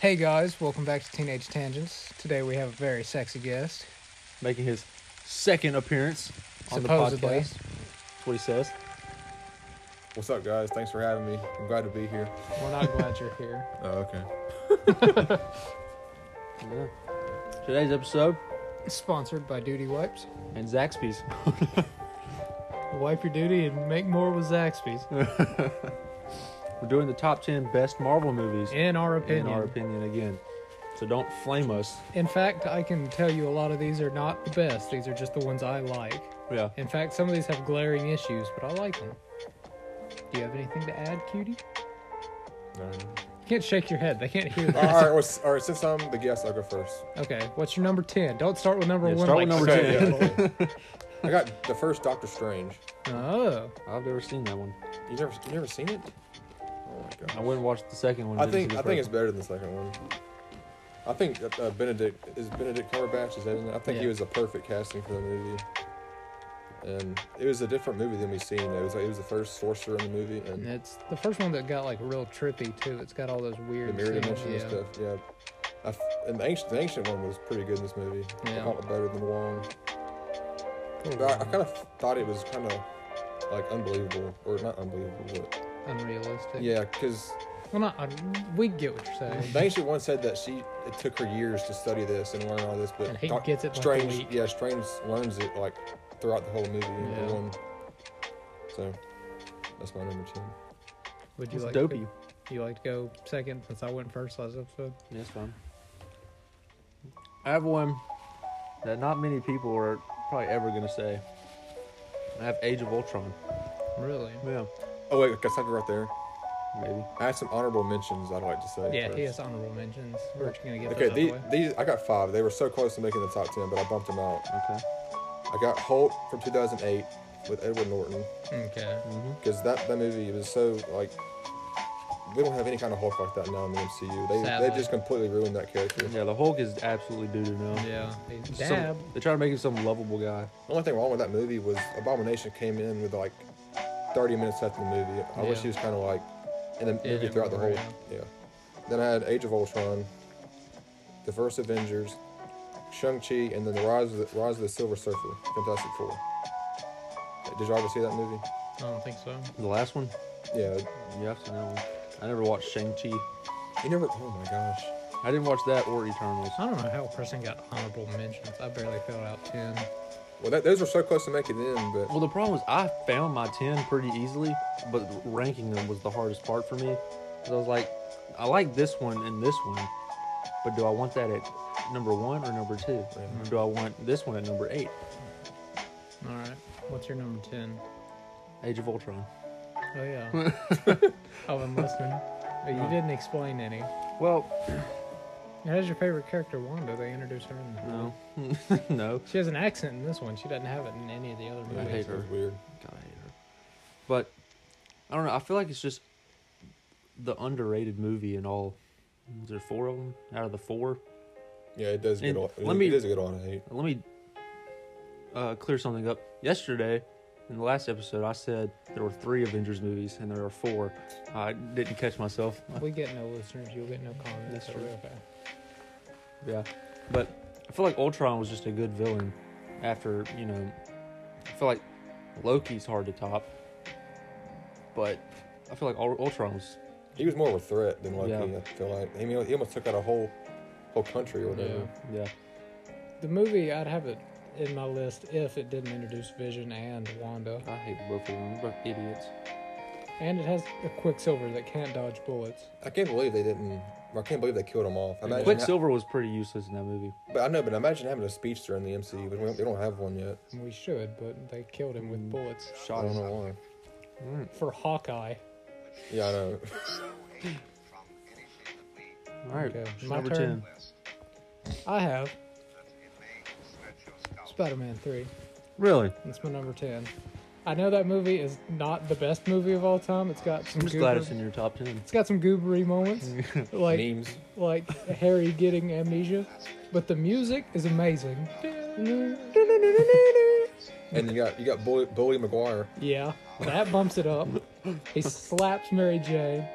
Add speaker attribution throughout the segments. Speaker 1: Hey guys, welcome back to Teenage Tangents. Today we have a very sexy guest.
Speaker 2: making his second appearance on the
Speaker 1: Supposedly.
Speaker 2: podcast. That's what he says.
Speaker 3: What's up, guys? Thanks for having me. I'm glad to be here.
Speaker 1: We're not glad you're here.
Speaker 3: Oh, okay.
Speaker 2: Yeah. Today's episode
Speaker 1: Sponsored by Duty Wipes.
Speaker 2: and Zaxby's.
Speaker 1: Wipe your duty and make more with Zaxby's.
Speaker 2: We're doing the top ten best Marvel movies
Speaker 1: In our
Speaker 2: in
Speaker 1: opinion.
Speaker 2: our opinion again. So don't flame us.
Speaker 1: In fact, I can tell you a lot of these are not the best. These are just the ones I like.
Speaker 2: Yeah.
Speaker 1: In fact, some of these have glaring issues, but I like them. Do you have anything to add, cutie? You can't shake your head. They can't hear
Speaker 3: all,
Speaker 1: that.
Speaker 3: right, well, s- all right, since I'm the guest, I'll go first.
Speaker 1: Okay, what's your number 10? Don't start with number
Speaker 2: Yeah,
Speaker 1: 1.
Speaker 2: start
Speaker 1: like-
Speaker 2: with number
Speaker 3: Okay, yeah. I got the first Doctor Strange.
Speaker 1: Oh.
Speaker 2: I've never seen that one.
Speaker 3: You never, you never seen it? Oh my
Speaker 2: I
Speaker 3: god.
Speaker 2: went and watched the second one.
Speaker 3: I
Speaker 2: didn't see
Speaker 3: think,
Speaker 2: the
Speaker 3: I think it's
Speaker 2: first
Speaker 3: better than the second one. I think that, uh, Benedict is Benedict Cumberbatch. Is that his name? I think he
Speaker 1: Yeah.
Speaker 3: was the perfect casting for the movie. And it was a different movie than we've seen. It was like it was the first sorcerer in the movie and
Speaker 1: It's the first one that got like real trippy too. It's got all those weird
Speaker 3: the mirror
Speaker 1: scenes,
Speaker 3: dimension
Speaker 1: yeah.
Speaker 3: and stuff. Yeah, I f and the ancient, the ancient one was pretty good in this movie.
Speaker 1: Yeah.
Speaker 3: I thought it better than Wong.
Speaker 1: Poor
Speaker 3: But I, I
Speaker 1: woman.
Speaker 3: kind of thought it was kind of like unbelievable, or not unbelievable, but
Speaker 1: unrealistic.
Speaker 3: yeah, because
Speaker 1: Well, not un- we get what you're saying.
Speaker 3: the ancient one said that she it took her years to study this and learn all this, but
Speaker 1: And he
Speaker 3: Doc-
Speaker 1: gets it, like,
Speaker 3: Strange,
Speaker 1: weak.
Speaker 3: yeah, Strange learns it like throughout the whole movie.
Speaker 1: Yeah.
Speaker 3: the one- So that's my number ten.
Speaker 1: Would you
Speaker 2: It's
Speaker 1: like
Speaker 2: dopey.
Speaker 1: To, you like to go second since I went first last episode?
Speaker 2: one. Yeah, it's fine. I have one that not many people are probably ever gonna say. I have Age of Ultron.
Speaker 1: Really?
Speaker 2: Yeah.
Speaker 3: Oh wait, I got something right there.
Speaker 2: Maybe.
Speaker 3: I have some honorable mentions I'd like to say.
Speaker 1: Yeah, he
Speaker 3: first.
Speaker 1: has honorable mentions. We're actually gonna get
Speaker 3: Okay,
Speaker 1: those out
Speaker 3: these,
Speaker 1: the way.
Speaker 3: these I got five. They were so close to making the top ten, but I bumped them out.
Speaker 2: Okay.
Speaker 3: I got Hulk from 2008 with Edward Norton
Speaker 1: Okay.
Speaker 3: because that, that movie was so like we don't have any kind of Hulk like that now in the MCU. They
Speaker 1: Sadly. Mm-hmm.
Speaker 3: they just completely ruined that character.
Speaker 2: Yeah, the Hulk is absolutely doo doo now.
Speaker 1: Yeah. Hey,
Speaker 2: Some-
Speaker 1: Dab.
Speaker 2: they try to make him some lovable guy.
Speaker 3: The only thing wrong with that movie was Abomination came in with like 30 minutes after the movie. I wish
Speaker 1: Yeah.
Speaker 3: he was kind of like in the
Speaker 1: Yeah,
Speaker 3: movie
Speaker 1: didn't
Speaker 3: throughout the whole.
Speaker 1: work
Speaker 3: Yeah. Then I had Age of Ultron, the first Avengers, Shang Chi, and then the Rise of the, Rise of the Silver Surfer, Fantastic Four. Did y'all ever see that movie?
Speaker 1: I don't think so.
Speaker 2: The last one?
Speaker 3: Yeah.
Speaker 2: Yeah, I've seen that one. I never watched Shang-Chi.
Speaker 3: You never. Oh my gosh.
Speaker 2: I didn't watch that or Eternals.
Speaker 1: I don't know how a person got honorable mentions. I barely filled out ten.
Speaker 3: Well, that, those were so close to making it in, but
Speaker 2: Well, the problem was I found my 10 pretty easily, but ranking them was the hardest part for me. 'Cause I was like, I like this one and this one, but do I want that at number one or number two? Or do I want this one at number eight?
Speaker 1: All right. What's your number ten?
Speaker 2: Age of Ultron.
Speaker 1: Oh yeah. oh, I'm listening. Oh, you didn't explain any.
Speaker 2: Well,
Speaker 1: How's your favorite character Wanda? They introduced her in the
Speaker 2: no. no.
Speaker 1: She has an accent in this one. She doesn't have it in any of the other
Speaker 2: I
Speaker 1: movies.
Speaker 2: hate
Speaker 3: it was
Speaker 2: her.
Speaker 3: weird.
Speaker 2: God, I hate her. But I don't know. I feel like it's just the underrated movie in all. Is there four of them out of the four?
Speaker 3: Yeah, it does get
Speaker 2: And
Speaker 3: on.
Speaker 2: let
Speaker 3: Let
Speaker 2: me-
Speaker 3: It is a good on hate.
Speaker 2: Let me uh, clear something up. Yesterday, in the last episode, I said there were three Avengers movies, and there are four. I didn't catch myself.
Speaker 1: If we get no listeners, you'll get no comments.
Speaker 2: That's
Speaker 1: so
Speaker 2: true.
Speaker 1: we're okay.
Speaker 2: Yeah, but I feel like Ultron was just a good villain. After you know, I feel like Loki's hard to top, but I feel like Ul- Ultron was
Speaker 3: He was more of a threat than Loki.
Speaker 2: Yeah.
Speaker 3: I feel like I mean, he almost took out a whole, whole country or whatever.
Speaker 1: Yeah.
Speaker 2: yeah.
Speaker 1: The movie, I'd have it in my list if it didn't introduce Vision and Wanda.
Speaker 2: I hate both of them. They're both idiots.
Speaker 1: And it has a Quicksilver that can't dodge bullets.
Speaker 3: I can't believe they didn't. I can't believe they killed him off. Imagine
Speaker 2: Quicksilver was pretty useless in that movie.
Speaker 3: ha- but I know, but imagine having a speedster in the MCU. But we don't, they don't have one yet.
Speaker 1: We should, but they killed him with bullets.
Speaker 3: I
Speaker 2: Mm. Shot
Speaker 3: don't
Speaker 2: him.
Speaker 3: know why.
Speaker 1: For Hawkeye.
Speaker 3: Yeah, I know.
Speaker 2: All right,
Speaker 1: Okay,
Speaker 2: it's
Speaker 1: my
Speaker 2: number
Speaker 1: turn.
Speaker 2: ten.
Speaker 1: I have Spider Man 3.
Speaker 2: Really?
Speaker 1: That's my number 10. I know that movie is not the best movie of all time. It's got some
Speaker 2: I'm just
Speaker 1: goober-
Speaker 2: glad it's in your top ten.
Speaker 1: it's got some goobery moments. like
Speaker 3: Memes.
Speaker 1: like Harry getting amnesia, but the music is amazing.
Speaker 3: And you got you got Bully, Bully McGuire.
Speaker 1: Yeah, that bumps it up. He slaps Mary Jane.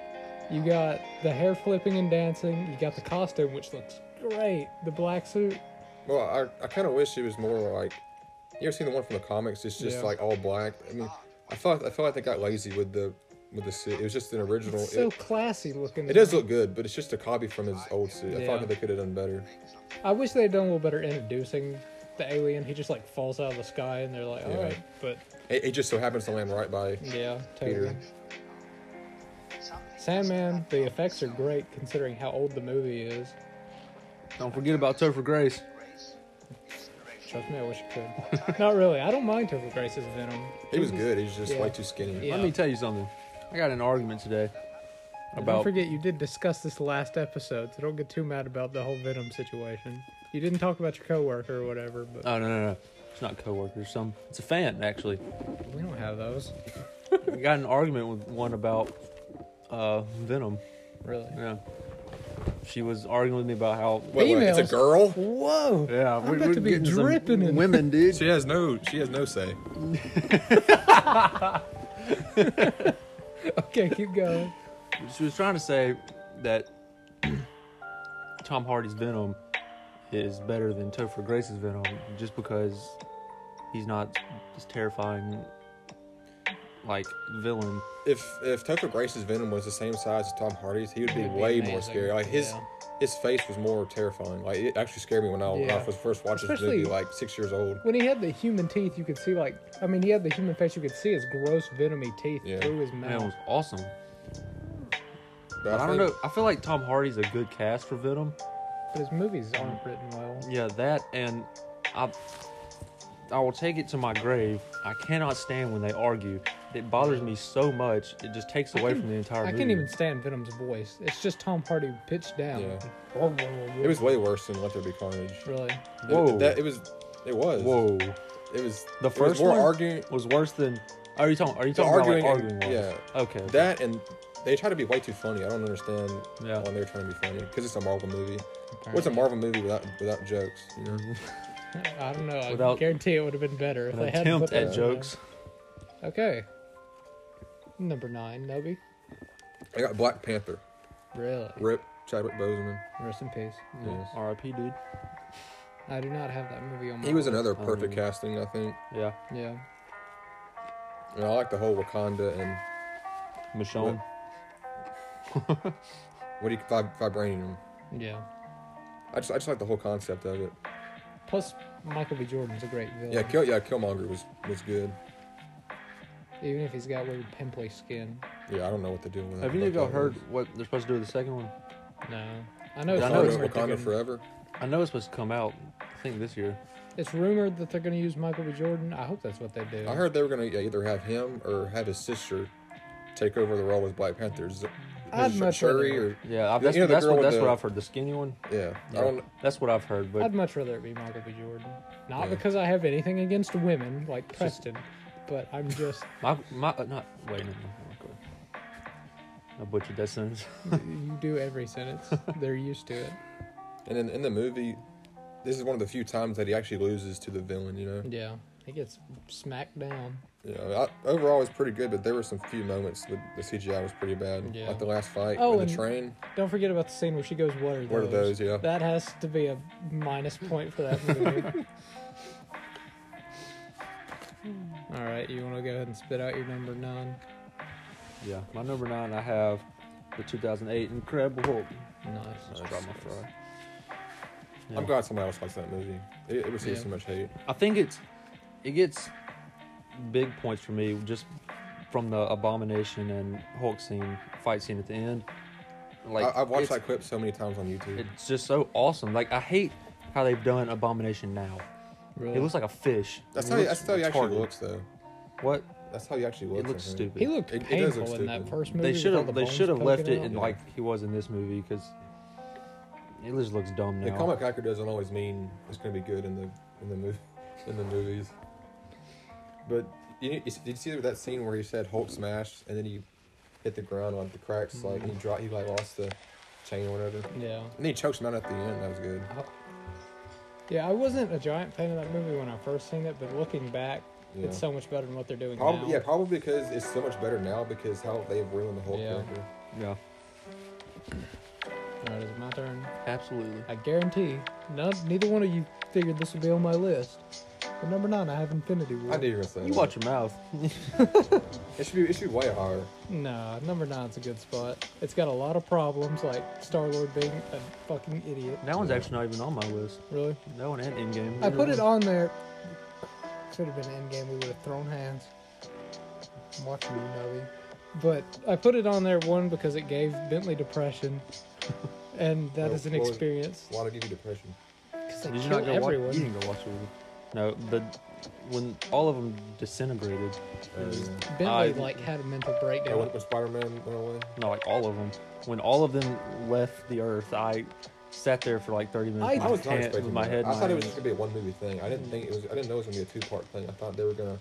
Speaker 1: You got the hair flipping and dancing. You got the costume, which looks great. The black suit.
Speaker 3: Well, I, I kind of wish she was more like. You ever seen the one from the comics? It's just
Speaker 1: Yeah.
Speaker 3: like all black. I mean, I thought I felt like they got lazy with the with the suit. It was just an original.
Speaker 1: It's so
Speaker 3: it,
Speaker 1: classy looking.
Speaker 3: it does look good, but it's just a copy from his old suit. I
Speaker 1: Yeah.
Speaker 3: thought that they could have done better.
Speaker 1: I wish they'd done a little better introducing the alien. He just like falls out of the sky, and they're like, all
Speaker 3: Yeah.
Speaker 1: right, but
Speaker 3: It, it just so happens to land right by
Speaker 1: yeah, totally.
Speaker 3: Peter.
Speaker 1: Sandman. The effects are great considering how old the movie is.
Speaker 2: Don't forget about Topher Grace.
Speaker 1: Trust me, I wish I could. Not really. I don't mind Topher Grace's Venom.
Speaker 3: He was good. He's just
Speaker 1: Yeah.
Speaker 3: way too skinny.
Speaker 1: Yeah.
Speaker 2: Let me tell you something. I got in an argument today
Speaker 1: And
Speaker 2: about
Speaker 1: Don't forget, you did discuss this last episode, so don't get too mad about the whole Venom situation. You didn't talk about your coworker or whatever, but
Speaker 2: Oh no no no! It's not coworkers. Some it's a fan actually.
Speaker 1: we don't have those.
Speaker 2: I got in an argument with one about uh, Venom.
Speaker 1: Really?
Speaker 2: Yeah, she was arguing with me about how.
Speaker 3: Wait, wait, it's a
Speaker 1: Females.
Speaker 3: girl.
Speaker 1: Whoa!
Speaker 2: Yeah,
Speaker 1: I'm about to be
Speaker 2: getting some
Speaker 1: dripping in
Speaker 2: women, dude.
Speaker 3: She has no. She has no say.
Speaker 1: Okay, keep going.
Speaker 2: She was trying to say that Tom Hardy's Venom is better than Topher Grace's Venom just because he's not this terrifying like villain.
Speaker 3: If if Topher Grace's Venom was the same size as Tom Hardy's, he would be
Speaker 1: It'd be
Speaker 3: way more
Speaker 1: amazing.
Speaker 3: scary. Like his
Speaker 1: Yeah.
Speaker 3: his face was more terrifying. Like it actually scared me when I, when I
Speaker 1: Yeah.
Speaker 3: was first watching
Speaker 1: Especially-
Speaker 3: this movie, like six years old.
Speaker 1: When he had the human teeth, you could see like I mean, he had the human face. You could see his gross venomy teeth
Speaker 3: Yeah.
Speaker 1: through his
Speaker 2: Man, it
Speaker 1: mouth.
Speaker 2: was awesome.
Speaker 3: But
Speaker 2: But I, don't
Speaker 3: think-
Speaker 2: know. I feel like Tom Hardy's a good cast for Venom.
Speaker 1: But his movies aren't written well.
Speaker 2: Yeah, that and I I will take it to my grave. I cannot stand when they argue. It bothers me so much. It just takes away from the entire
Speaker 1: I
Speaker 2: movie.
Speaker 1: can't even stand Venom's voice. It's just Tom Hardy pitched down.
Speaker 3: Yeah.
Speaker 1: It
Speaker 3: It was way worse than Let There Be Carnage. It-
Speaker 1: really.
Speaker 2: Whoa.
Speaker 3: that- it was. It was.
Speaker 2: Whoa.
Speaker 3: It was.
Speaker 2: The
Speaker 3: it was
Speaker 2: first
Speaker 3: more
Speaker 2: one
Speaker 3: arguing.
Speaker 2: was worse than oh, Are you talking are you
Speaker 3: The
Speaker 2: talking
Speaker 3: arguing
Speaker 2: about like,
Speaker 3: and-
Speaker 2: arguing wars?
Speaker 3: yeah.
Speaker 2: Okay.
Speaker 3: That and they try to be way too funny. I don't understand
Speaker 2: Yeah.
Speaker 3: why they're trying to be funny because it's a Marvel movie. What's a Marvel movie without without jokes? You know?
Speaker 1: I don't know. I
Speaker 2: Without-
Speaker 1: guarantee it would have been better if
Speaker 2: An
Speaker 1: they hadn't put
Speaker 2: attempt
Speaker 1: that
Speaker 2: at
Speaker 1: in there.
Speaker 2: jokes.
Speaker 1: Okay. Number nine, Nobby.
Speaker 3: I got Black Panther.
Speaker 1: Really?
Speaker 3: Rip Chadwick Boseman.
Speaker 1: Rest in peace.
Speaker 3: Yes.
Speaker 2: R.I.P. dude.
Speaker 1: I do not have that movie on my
Speaker 3: He was
Speaker 1: list.
Speaker 3: another perfect
Speaker 2: Um,
Speaker 3: casting, I think.
Speaker 2: Yeah.
Speaker 1: Yeah.
Speaker 3: And I like the whole Wakanda and
Speaker 2: Michonne.
Speaker 3: what do you vib- vibranium.
Speaker 1: Yeah.
Speaker 3: I just I just like the whole concept of it.
Speaker 1: Plus, Michael B. Jordan's a great villain.
Speaker 3: Yeah, Kill yeah Killmonger was was good.
Speaker 1: Even if he's got weird pimply skin.
Speaker 3: Yeah, I don't know what to do with that.
Speaker 2: Have you
Speaker 3: Black
Speaker 2: ever
Speaker 3: Panther.
Speaker 2: heard what they're supposed to do with the second one?
Speaker 1: No. I know it's,
Speaker 2: Yeah, I
Speaker 3: Wakanda,
Speaker 2: know
Speaker 1: rumored they're
Speaker 3: Wakanda
Speaker 1: gonna-
Speaker 3: Forever.
Speaker 2: I know it's supposed to come out I think this year.
Speaker 1: it's rumored that they're going to use Michael B. Jordan. I hope that's what they do.
Speaker 3: I heard they were gonna either have him or have his sister take over the role as Black Panther. Z-
Speaker 1: I'd
Speaker 3: Sh-
Speaker 1: much
Speaker 3: Shuri
Speaker 1: rather-
Speaker 3: or
Speaker 2: Yeah, I,
Speaker 3: You
Speaker 2: that's,
Speaker 3: know the
Speaker 2: that's,
Speaker 3: girl
Speaker 2: what,
Speaker 3: with
Speaker 2: that's what
Speaker 3: the-
Speaker 2: I've heard. The skinny one.
Speaker 3: yeah.
Speaker 2: Yeah,
Speaker 3: I don't.
Speaker 2: That's what I've heard, but
Speaker 1: I'd much rather it be Michael B. Jordan. Not
Speaker 3: Yeah.
Speaker 1: because I have anything against women like
Speaker 2: just-
Speaker 1: Preston, but I'm just
Speaker 2: my my uh, not wait. No, no, no, go. I butchered that sentence.
Speaker 1: you do every sentence. They're used to it.
Speaker 3: And in, in the movie, this is one of the few times that he actually loses to the villain. You know.
Speaker 1: Yeah, he gets smacked down.
Speaker 3: Yeah. I, overall, it's pretty good, but there were some few moments that the CGI was pretty bad.
Speaker 1: Yeah.
Speaker 3: Like the last fight
Speaker 1: Oh,
Speaker 3: with
Speaker 1: and-
Speaker 3: the train.
Speaker 1: Don't forget about the scene where she goes, "What are those?"
Speaker 3: What are those? Yeah.
Speaker 1: That has to be a minus point for that movie. All right, you want to go ahead and spit out your number nine?
Speaker 2: yeah, my number nine. I have the 2008 Incredible Hulk.
Speaker 1: Nice.
Speaker 2: I dropped my fry. Yeah.
Speaker 3: I'm glad somebody else likes that movie. It, it receives
Speaker 1: Yeah.
Speaker 3: so much hate.
Speaker 2: I think it's it gets big points for me just from the abomination and Hulk scene fight scene at the end. Like
Speaker 3: I, I've watched
Speaker 2: it's-
Speaker 3: that clip so many times on YouTube.
Speaker 2: It's just so awesome. Like I hate how they've done abomination now.
Speaker 1: Really?
Speaker 2: It looks like a fish.
Speaker 3: that's
Speaker 2: It
Speaker 3: how he,
Speaker 2: looks
Speaker 3: that's how he actually
Speaker 2: retarded.
Speaker 3: looks, though.
Speaker 2: What?
Speaker 3: That's how he actually looks.
Speaker 2: It
Speaker 3: I
Speaker 2: looks
Speaker 3: think.
Speaker 2: stupid.
Speaker 1: he looked
Speaker 3: It- it
Speaker 1: painful
Speaker 3: does look
Speaker 1: in that
Speaker 3: stupid.
Speaker 1: first movie.
Speaker 2: They
Speaker 1: with
Speaker 2: should
Speaker 1: all the
Speaker 2: have. They
Speaker 1: bones
Speaker 2: should have left
Speaker 1: poking
Speaker 2: it in
Speaker 1: out.
Speaker 2: like he was in this movie because it just looks dumb now.
Speaker 3: The comic actor doesn't always mean it's going to be good in the in the movie in the movies. But you, you, did you see that scene where he said Hulk smash and then he hit the ground on the cracks like and he dropped he like lost the chain or whatever
Speaker 1: Yeah.
Speaker 3: and he chokes him out at the end. That was good.
Speaker 1: Yeah, I wasn't a giant fan of that movie when I first seen it, but looking back,
Speaker 3: Yeah.
Speaker 1: it's so much better than what they're doing
Speaker 3: Probably
Speaker 1: now.
Speaker 3: yeah, probably because it's so much better now because how they've ruined the Hulk
Speaker 1: Yeah.
Speaker 3: character.
Speaker 2: yeah.
Speaker 1: All right, is it my turn?
Speaker 2: Absolutely.
Speaker 1: I guarantee, none, neither one of you figured this would be on my list. But number nine, I have Infinity War.
Speaker 3: I knew you were gonna say
Speaker 2: You
Speaker 3: that.
Speaker 2: watch your mouth.
Speaker 3: It should be. It should be way higher.
Speaker 1: Nah, number nine's a good spot. It's got a lot of problems, like Star Lord being a fucking idiot.
Speaker 2: that one's actually not even on my list.
Speaker 1: Really?
Speaker 2: That one and Endgame.
Speaker 1: I
Speaker 2: Either
Speaker 1: put it
Speaker 2: one.
Speaker 1: on there. Should have been Endgame. We would have thrown hands. I'm watching you, Novi. But I put it on there one because it gave Bentley depression, and that
Speaker 3: Oh,
Speaker 1: is an
Speaker 3: well,
Speaker 1: experience.
Speaker 3: Why did it give you depression?
Speaker 1: Because they
Speaker 2: Did you
Speaker 1: kill
Speaker 2: not go
Speaker 1: everyone.
Speaker 2: watch? You didn't go watch it. with me. No, the when all of them disintegrated.
Speaker 3: Uh,
Speaker 1: Bentley
Speaker 2: I-
Speaker 1: like had a mental
Speaker 3: yeah,
Speaker 1: breakdown.
Speaker 3: when, when Spider-Man went away.
Speaker 2: No, like all of them. When all of them left the Earth, I sat there for like 30 minutes.
Speaker 1: I-
Speaker 2: with
Speaker 1: I
Speaker 3: I
Speaker 2: my
Speaker 3: was not
Speaker 2: hand-
Speaker 3: expecting
Speaker 2: with my
Speaker 3: that.
Speaker 2: head. in
Speaker 3: I
Speaker 2: my
Speaker 3: thought it was
Speaker 2: hands.
Speaker 3: just gonna be a one movie thing. I didn't think it was. I didn't know it was gonna be a two part thing. I thought they were gonna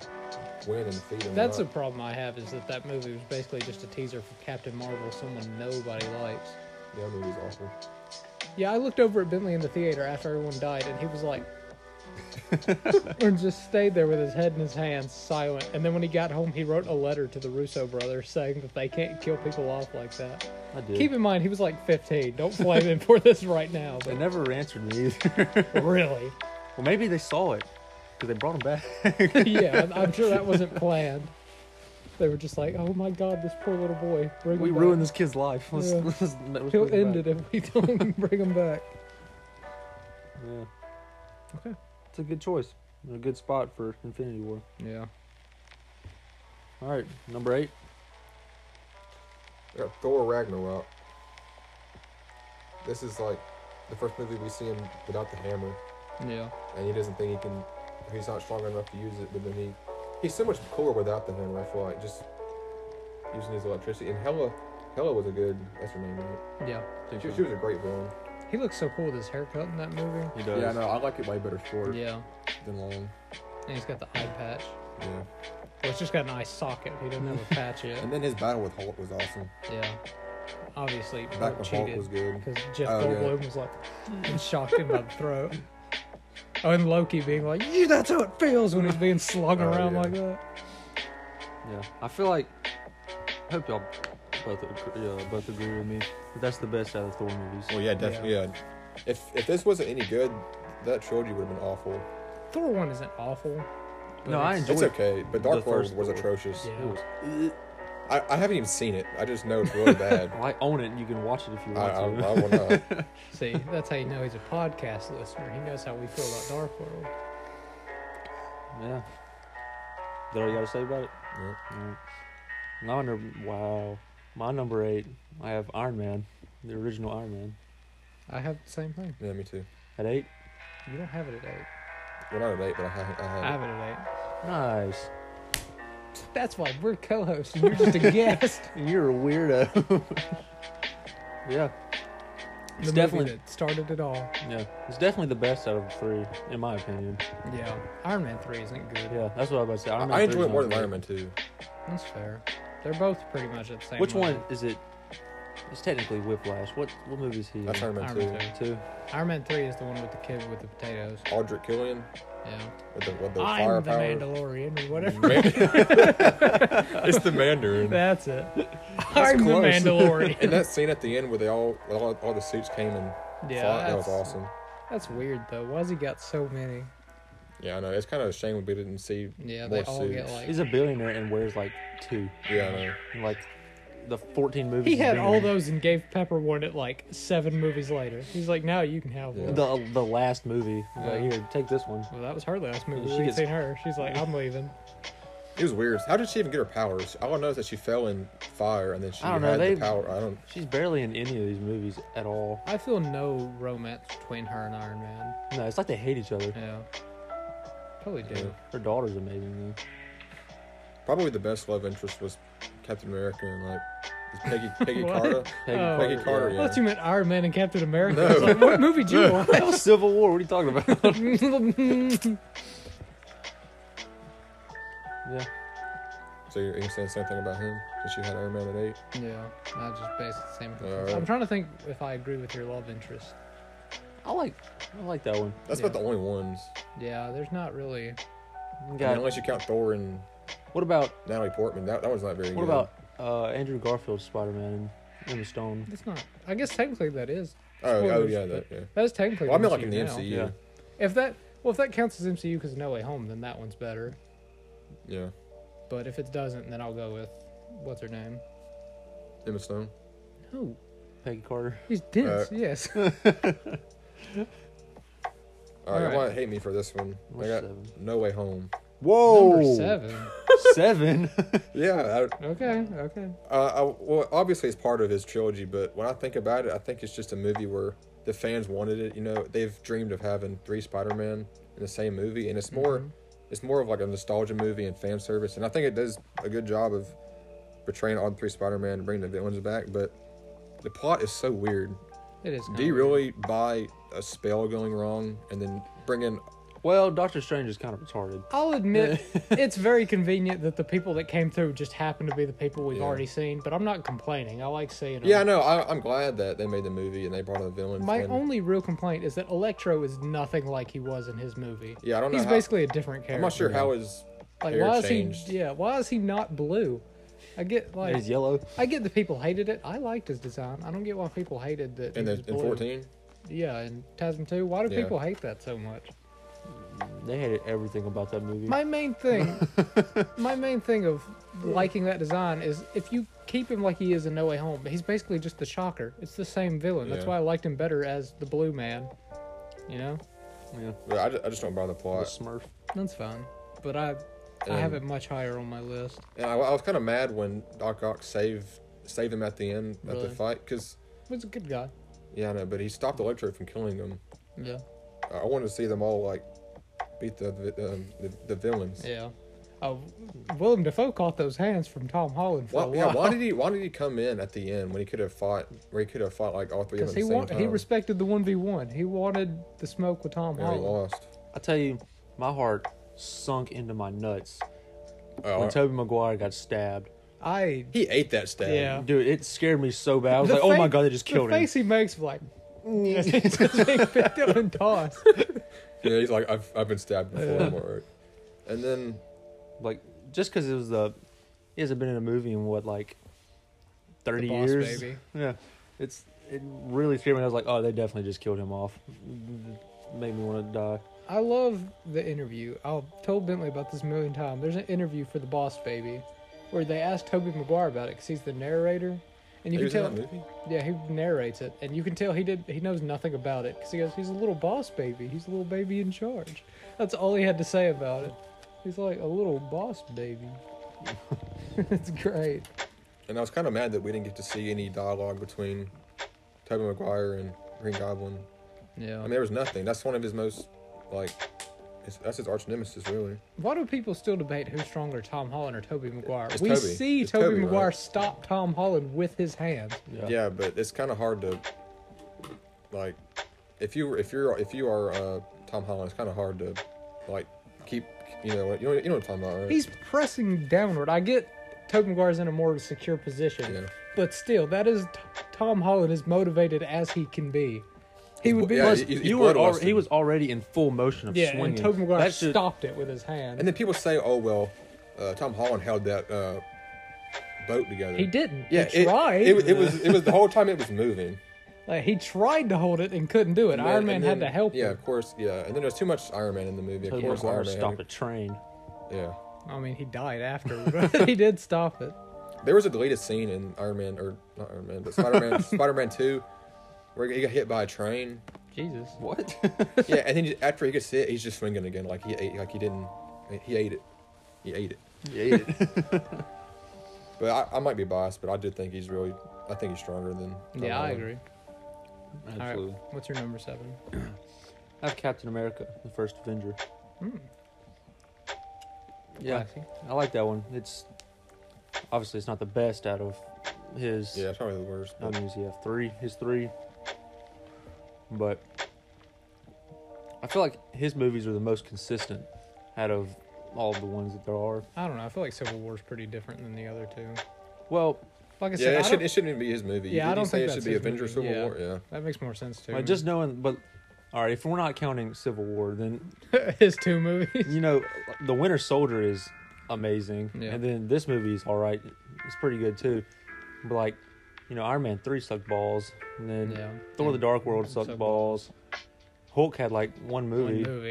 Speaker 3: win and defeat him.
Speaker 1: That's a problem I have is that that movie was basically just a teaser for Captain Marvel, someone nobody likes.
Speaker 3: yeah, that movie's awful.
Speaker 1: Yeah, I looked over at Bentley in the theater after everyone died, and he was like, and just stayed there with his head in his hands, silent. And then when he got home, he wrote a letter to the Russo brothers saying that they can't kill people off like that.
Speaker 2: I did.
Speaker 1: Keep in mind, he was like 15. Don't blame him for this right now.
Speaker 2: They
Speaker 1: But
Speaker 2: never answered me either.
Speaker 1: really,
Speaker 2: well, maybe they saw it because they brought him back.
Speaker 1: yeah, I'm- I'm sure that wasn't planned. They were just like, "Oh my God, this poor little boy." Bring
Speaker 2: we
Speaker 1: him back.
Speaker 2: ruined this kid's life. Let's,
Speaker 1: Yeah.
Speaker 2: let's, let's bring
Speaker 1: He'll
Speaker 2: him
Speaker 1: end
Speaker 2: back.
Speaker 1: it if we don't bring him back.
Speaker 2: Yeah. Okay. It's a good choice. and A good spot for Infinity War.
Speaker 1: Yeah.
Speaker 2: All right, number eight.
Speaker 3: I got Thor Ragnarok. This is like the first movie we see him without the hammer,
Speaker 1: Yeah.
Speaker 3: and he doesn't think he can. He's not strong enough to use it, but then he he's so much cooler without the hammer. I feel like just using his electricity. And Hela, Hela was a good. That's her name. Right?
Speaker 1: Yeah.
Speaker 3: She, she was a great villain.
Speaker 1: He looks so cool with his haircut in that movie.
Speaker 2: He does.
Speaker 3: no, I like it way better short
Speaker 1: Yeah.
Speaker 3: than long.
Speaker 1: And he's got the eye patch.
Speaker 3: Yeah,
Speaker 1: Well, it's just got an eye socket. He doesn't have a patch yet.
Speaker 3: and then his battle with Hulk was awesome.
Speaker 1: Yeah. Obviously,
Speaker 3: Back
Speaker 1: Hulk
Speaker 3: when Hulk was
Speaker 1: cheated
Speaker 3: good.
Speaker 1: because Jeff
Speaker 3: Oh, yeah.
Speaker 1: Goldblum was like in shock in the throat. Oh, and Loki being like, "You, that's how it feels when he's being slung
Speaker 3: Oh,
Speaker 1: around
Speaker 3: yeah.
Speaker 1: like that."
Speaker 2: Yeah. I feel like. I hope y'all both agree, uh, both agree with me. That's the best out of Thor movies.
Speaker 3: Well, Oh, yeah, definitely. Yeah. If if this wasn't any good, that trilogy would have been awful.
Speaker 1: Thor one isn't awful. but
Speaker 2: No, I
Speaker 1: it's-
Speaker 2: enjoy-
Speaker 3: It's okay, but
Speaker 2: The
Speaker 3: Dark World
Speaker 2: first
Speaker 3: was
Speaker 2: Thor.
Speaker 3: atrocious.
Speaker 1: Yeah.
Speaker 2: It was-
Speaker 3: I, I haven't even seen it. I just know it's really bad.
Speaker 2: Well, I own it. and You can watch it if you
Speaker 3: I,
Speaker 2: want
Speaker 3: I,
Speaker 2: to.
Speaker 3: I will not.
Speaker 1: See, that's how you know he's a podcast listener. He knows how we feel about Dark World.
Speaker 2: yeah. Is that all you gotta say about it?
Speaker 3: Yeah.
Speaker 2: Mm. My number, wow. My number eight. I have Iron Man, the original Iron Man.
Speaker 1: I have the same thing.
Speaker 3: Yeah, me too.
Speaker 2: At eight.
Speaker 1: You don't have it at eight.
Speaker 3: Well, not late, but I have. I have.
Speaker 1: I have it at
Speaker 2: Nice.
Speaker 1: eight. That's why we're co-hosts. and You're just a guest.
Speaker 2: You're a weirdo. yeah. It's
Speaker 1: the
Speaker 2: definitely-
Speaker 1: movie that started it all.
Speaker 2: Yeah, it's definitely the best out of the three, in my opinion.
Speaker 1: Yeah, Iron Man three isn't good.
Speaker 2: Yeah, that's what I was about to say. Iron
Speaker 3: I,
Speaker 2: Man
Speaker 3: I enjoy
Speaker 2: 3
Speaker 3: it
Speaker 2: is
Speaker 3: more
Speaker 2: not
Speaker 3: than
Speaker 2: great.
Speaker 3: Iron Man Two.
Speaker 1: That's fair. They're both pretty much at the same.
Speaker 2: Which
Speaker 1: level.
Speaker 2: one is it? It's technically Whiplash. What what movie is he? in?
Speaker 3: That's Iron Man
Speaker 1: Iron
Speaker 3: Two.
Speaker 1: Man two.
Speaker 2: Two.
Speaker 1: Iron Man three is the one with the kid with the potatoes.
Speaker 3: Aldrich Killian
Speaker 1: Yeah.
Speaker 3: with the, with the
Speaker 1: I'm the
Speaker 3: firepower.
Speaker 1: Mandalorian or whatever.
Speaker 3: Man- it's the Mandarin.
Speaker 1: That's it. I'm
Speaker 2: close.
Speaker 1: the Mandalorian.
Speaker 3: And that scene at the end where they all, where all, all the suits came and
Speaker 1: yeah,
Speaker 3: fought, that
Speaker 1: that's,
Speaker 3: was awesome.
Speaker 1: That's weird though. Why's he got so many?
Speaker 3: Yeah, I know. It's kind of a shame we didn't see.
Speaker 1: Yeah,
Speaker 3: more
Speaker 1: they all
Speaker 3: suits.
Speaker 1: get like.
Speaker 2: He's a billionaire and wears like two,
Speaker 3: Yeah, I know.
Speaker 2: in, like the fourteen movies.
Speaker 1: he
Speaker 2: he's
Speaker 1: had
Speaker 2: been
Speaker 1: all
Speaker 2: in.
Speaker 1: those and gave Pepper one at like seven movies later. He's like, now you can have
Speaker 3: Yeah.
Speaker 1: one.
Speaker 2: The the last movie.
Speaker 1: Yeah.
Speaker 2: Like, here, take this one.
Speaker 1: Well, that was her last movie.
Speaker 2: She
Speaker 1: we ain't
Speaker 2: gets-
Speaker 1: seen her. She's like, I'm leaving.
Speaker 3: It was weird. How did she even get her powers? All I know is that she fell in fire and then she
Speaker 2: I don't know,
Speaker 3: had
Speaker 2: they-
Speaker 3: the power. I don't.
Speaker 2: She's barely in any of these movies at all.
Speaker 1: I feel no romance between her and Iron Man.
Speaker 2: No, it's like they hate each other.
Speaker 1: Yeah. Probably do.
Speaker 2: Her daughter's amazing
Speaker 3: Probably the best love interest was Captain America and like is Peggy Peggy
Speaker 1: What?
Speaker 3: Carter.
Speaker 2: though. Peggy
Speaker 1: Oh.
Speaker 3: Peggy Carter.
Speaker 1: I
Speaker 3: Yeah.
Speaker 1: thought you meant Iron Man and Captain America. I was like, what movie do you
Speaker 2: That was Civil War. What are you talking about?
Speaker 1: watch?
Speaker 2: yeah.
Speaker 3: So you're, you're saying the same thing about him? Since you had Iron Man at eight.
Speaker 1: yeah, I just based the same.
Speaker 3: All right.
Speaker 1: I'm trying to think if I agree with your love interest.
Speaker 2: I like I like that one.
Speaker 3: That's
Speaker 1: Yeah.
Speaker 3: about the only ones.
Speaker 1: Yeah, there's not really.
Speaker 3: I mean,
Speaker 2: Got-
Speaker 3: unless you count Thor and
Speaker 2: what about
Speaker 3: Natalie Portman. That that was not very
Speaker 2: what
Speaker 3: good.
Speaker 2: about uh, Andrew Garfield's Spider Man in the stone.
Speaker 1: That's not. I guess technically that is.
Speaker 3: Oh, oh
Speaker 1: Spoilers,
Speaker 3: yeah,
Speaker 1: but
Speaker 3: that, yeah.
Speaker 1: That is technically.
Speaker 3: Well, I mean, like in the
Speaker 1: MCU now.
Speaker 3: MCU.
Speaker 2: Yeah.
Speaker 1: If that well, if that counts as MCU because No Way Home, then that one's better.
Speaker 3: Yeah.
Speaker 1: But if it doesn't, then I'll go with what's her name?
Speaker 3: Emma Stone.
Speaker 1: Oh,
Speaker 2: Peggy Carter.
Speaker 1: he's dense.
Speaker 3: Uh,
Speaker 1: yes.
Speaker 3: All right,
Speaker 1: All right.
Speaker 3: you might hate me for this one.
Speaker 2: Number
Speaker 3: I got
Speaker 2: seven.
Speaker 3: No Way Home.
Speaker 1: Number
Speaker 3: oh.
Speaker 1: seven.
Speaker 2: Seven.
Speaker 3: Yeah,
Speaker 1: Okay. Okay.
Speaker 3: I, uh, I, well, obviously it's part of his trilogy, but when I think about it, I think it's just a movie where the fans wanted it. You know, they've dreamed of having three Spider-Man in the same movie, and it's
Speaker 1: Mm-hmm.
Speaker 3: more, it's more of like a nostalgia movie and fan service. And I think it does a good job of portraying all three Spider-Man and bringing the villains back. But the plot is so weird.
Speaker 1: It is.
Speaker 3: Do you
Speaker 1: not.
Speaker 3: really buy a spell going wrong and then bring in?
Speaker 1: Mm-hmm.
Speaker 2: well, Doctor Strange is kind of retarded.
Speaker 1: I'll admit it's very convenient that the people that came through just happen to be the people we've
Speaker 3: Yeah.
Speaker 1: already seen, but I'm not complaining. I like seeing them.
Speaker 3: Yeah, no, I, I'm glad that they made the movie and they brought in the villains.
Speaker 1: My
Speaker 3: and-
Speaker 1: only real complaint is that Electro is nothing like he was in his movie.
Speaker 3: Yeah, I don't know.
Speaker 1: He's
Speaker 3: how-
Speaker 1: basically a different character.
Speaker 3: I'm not sure how his
Speaker 1: Like
Speaker 3: hair
Speaker 1: why is
Speaker 3: changed.
Speaker 1: he? Yeah, why is he not blue? I get like
Speaker 2: He's yellow.
Speaker 1: I get the people hated it. I liked his design. I don't get why people hated that.
Speaker 3: in
Speaker 1: he
Speaker 3: the
Speaker 1: was
Speaker 3: in
Speaker 1: blue.
Speaker 3: 14.
Speaker 1: Yeah, and Tasman too. Why do
Speaker 3: Yeah.
Speaker 1: people hate that so much?
Speaker 2: They hated everything about that movie.
Speaker 1: My main thing, my main thing of liking that design is if you keep him like he is in No Way Home, he's basically just the Shocker. It's the same villain. That's
Speaker 3: Yeah.
Speaker 1: why I liked him better as the Blue Man. You know,
Speaker 2: yeah.
Speaker 3: But I just, I just don't buy the
Speaker 2: The
Speaker 3: plot.
Speaker 2: Smurf.
Speaker 1: that's fine. But I, I
Speaker 3: Um,
Speaker 1: have it much higher on my list.
Speaker 3: And I, I was kind of mad when Doc Ock saved saved him at the end at
Speaker 1: Really?
Speaker 3: the fight because
Speaker 1: He's a good guy.
Speaker 3: yeah, I know, but he stopped Electro from killing him.
Speaker 1: Yeah,
Speaker 3: I I wanted to see them all like beat the the, um, the, the villains.
Speaker 1: yeah. Oh, Willem Dafoe caught those hands from Tom Holland for
Speaker 3: Why,
Speaker 1: a while.
Speaker 3: yeah, why did he? Why did he come in at the end when he could have fought? Where he could have fought like all three of
Speaker 1: Because he
Speaker 3: them at the same
Speaker 1: want,
Speaker 3: time?
Speaker 1: he respected the one v one. He wanted the smoke with Tom
Speaker 3: Yeah, he
Speaker 1: Holland.
Speaker 3: lost.
Speaker 2: I tell you, my heart sunk into my nuts
Speaker 3: Oh,
Speaker 2: when Toby Maguire got stabbed.
Speaker 1: I
Speaker 3: he ate that stab.
Speaker 1: Yeah.
Speaker 2: Dude, it scared me so bad. I was
Speaker 1: the
Speaker 2: like, oh my
Speaker 1: face-
Speaker 2: god, they just
Speaker 1: the
Speaker 2: killed him.
Speaker 1: face he makes like as he's being picked up and tossed.
Speaker 3: Yeah, he's like, I've, I've been stabbed before. I'm all right. And then,
Speaker 2: Like, just because it was the. He hasn't been in a movie in what, like 30
Speaker 1: The Boss
Speaker 2: years?
Speaker 1: Baby.
Speaker 2: Yeah. It's. It really scared me. I was like, oh, they definitely just killed him off. Made me want to die.
Speaker 1: I love the interview. I've told Bentley about this a million times. There's an interview for the Boss Baby, where they ask Toby Maguire about it because he's the narrator, and you
Speaker 3: he
Speaker 1: can
Speaker 3: was in
Speaker 1: tell.
Speaker 3: that movie.
Speaker 1: Yeah, he narrates it, and you can tell he did. He knows nothing about it because he goes, "He's a little boss baby. He's a little baby in charge." That's all he had to say about it. He's like a little boss baby. it's great.
Speaker 3: And I was kind of mad that we didn't get to see any dialogue between Tobey Maguire and Green Goblin.
Speaker 1: Yeah.
Speaker 3: I mean, there was nothing. That's one of his most, like, his, that's his arch nemesis, really.
Speaker 1: Why do people still debate who's stronger, Tom Holland or Toby Maguire?
Speaker 3: It's
Speaker 1: we
Speaker 3: Tobey.
Speaker 1: see
Speaker 3: It's
Speaker 1: Toby
Speaker 3: Tobey, right?
Speaker 1: Maguire stop Tom Holland with his hands.
Speaker 2: Yeah.
Speaker 3: Yeah. but it's kind of hard to, like, if you if you're if you are uh, Tom Holland, it's kind of hard to, like, keep you know you know you know what I'm talking about, right?
Speaker 1: He's pressing downward. I get Toby Maguire's in a more secure position,
Speaker 3: Yeah.
Speaker 1: but still, that is t- Tom Holland as motivated as he can be. He would be
Speaker 3: Yeah,
Speaker 1: less
Speaker 2: Plus,
Speaker 3: he- he's
Speaker 2: you were al-
Speaker 3: bloodlusted.
Speaker 2: he was already in full motion of
Speaker 1: Yeah,
Speaker 2: swinging.
Speaker 1: and Tobey Maguire
Speaker 2: That shit-
Speaker 1: stopped it with his hand.
Speaker 3: and then people say, oh well, uh, Tom Holland held that uh, boat together.
Speaker 1: he didn't.
Speaker 3: Yeah,
Speaker 1: he
Speaker 3: it,
Speaker 1: tried.
Speaker 3: It, it was it was the whole time it was moving.
Speaker 1: like, he tried to hold it and couldn't do it.
Speaker 3: And
Speaker 1: Iron
Speaker 3: then-
Speaker 1: Man
Speaker 3: and
Speaker 1: had
Speaker 3: then-
Speaker 1: to help
Speaker 3: Yeah,
Speaker 1: him.
Speaker 3: of course. Yeah, and then there's too much Iron Man in the movie. Of
Speaker 2: Tobey
Speaker 3: course,
Speaker 2: Maguire
Speaker 3: Iron Man.
Speaker 2: stopped a train.
Speaker 3: Yeah,
Speaker 1: I mean, he died after, but he did stop it.
Speaker 3: there was a deleted scene in Iron Man or not Iron Man, but Spider Man, Spider Man Two, where he got hit by a train.
Speaker 1: Jesus.
Speaker 2: What?
Speaker 3: Yeah, and then after he gets hit, he's just swinging again, like he ate, like he didn't, he ate it, he ate it.
Speaker 2: yeah.
Speaker 3: But I, I might be biased, but I do think he's really, I think he's stronger than. Tom
Speaker 1: Yeah, I
Speaker 3: Holland.
Speaker 1: agree.
Speaker 2: Absolutely.
Speaker 1: All right, what's your number seven?
Speaker 2: I have Captain America, the first Avenger.
Speaker 1: Hmm.
Speaker 2: Yeah,
Speaker 1: Classy.
Speaker 2: I like that one. It's obviously it's not the best out of his.
Speaker 3: Yeah, it's probably the worst.
Speaker 2: I
Speaker 3: But
Speaker 2: mean, you have three. His three, but I feel like his movies are the most consistent out of all of the ones that there are.
Speaker 1: I don't know. I feel like Civil War's pretty different than the other two.
Speaker 2: Well,
Speaker 1: Like I
Speaker 3: yeah,
Speaker 1: said,
Speaker 3: it,
Speaker 1: I
Speaker 3: should,
Speaker 1: don't,
Speaker 3: it shouldn't even be his movie.
Speaker 1: Yeah,
Speaker 3: Did
Speaker 1: I don't
Speaker 3: you say
Speaker 1: think
Speaker 3: it
Speaker 1: that's
Speaker 3: should be
Speaker 1: his
Speaker 3: Avengers
Speaker 1: movie,
Speaker 3: Civil
Speaker 1: yeah.
Speaker 3: War. Yeah,
Speaker 1: that makes more sense too.
Speaker 2: like just knowing, but all right, if we're not counting Civil War, then
Speaker 1: his two movies.
Speaker 2: you know, the Winter Soldier is amazing,
Speaker 1: Yeah.
Speaker 2: and then this movie is all right. It's pretty good too, but like, you know, Iron Man three sucked balls, and then
Speaker 1: Yeah.
Speaker 2: Thor: The Dark World
Speaker 1: Sucked
Speaker 2: sucked balls. Hulk had like
Speaker 1: One
Speaker 2: one movie.
Speaker 1: movie.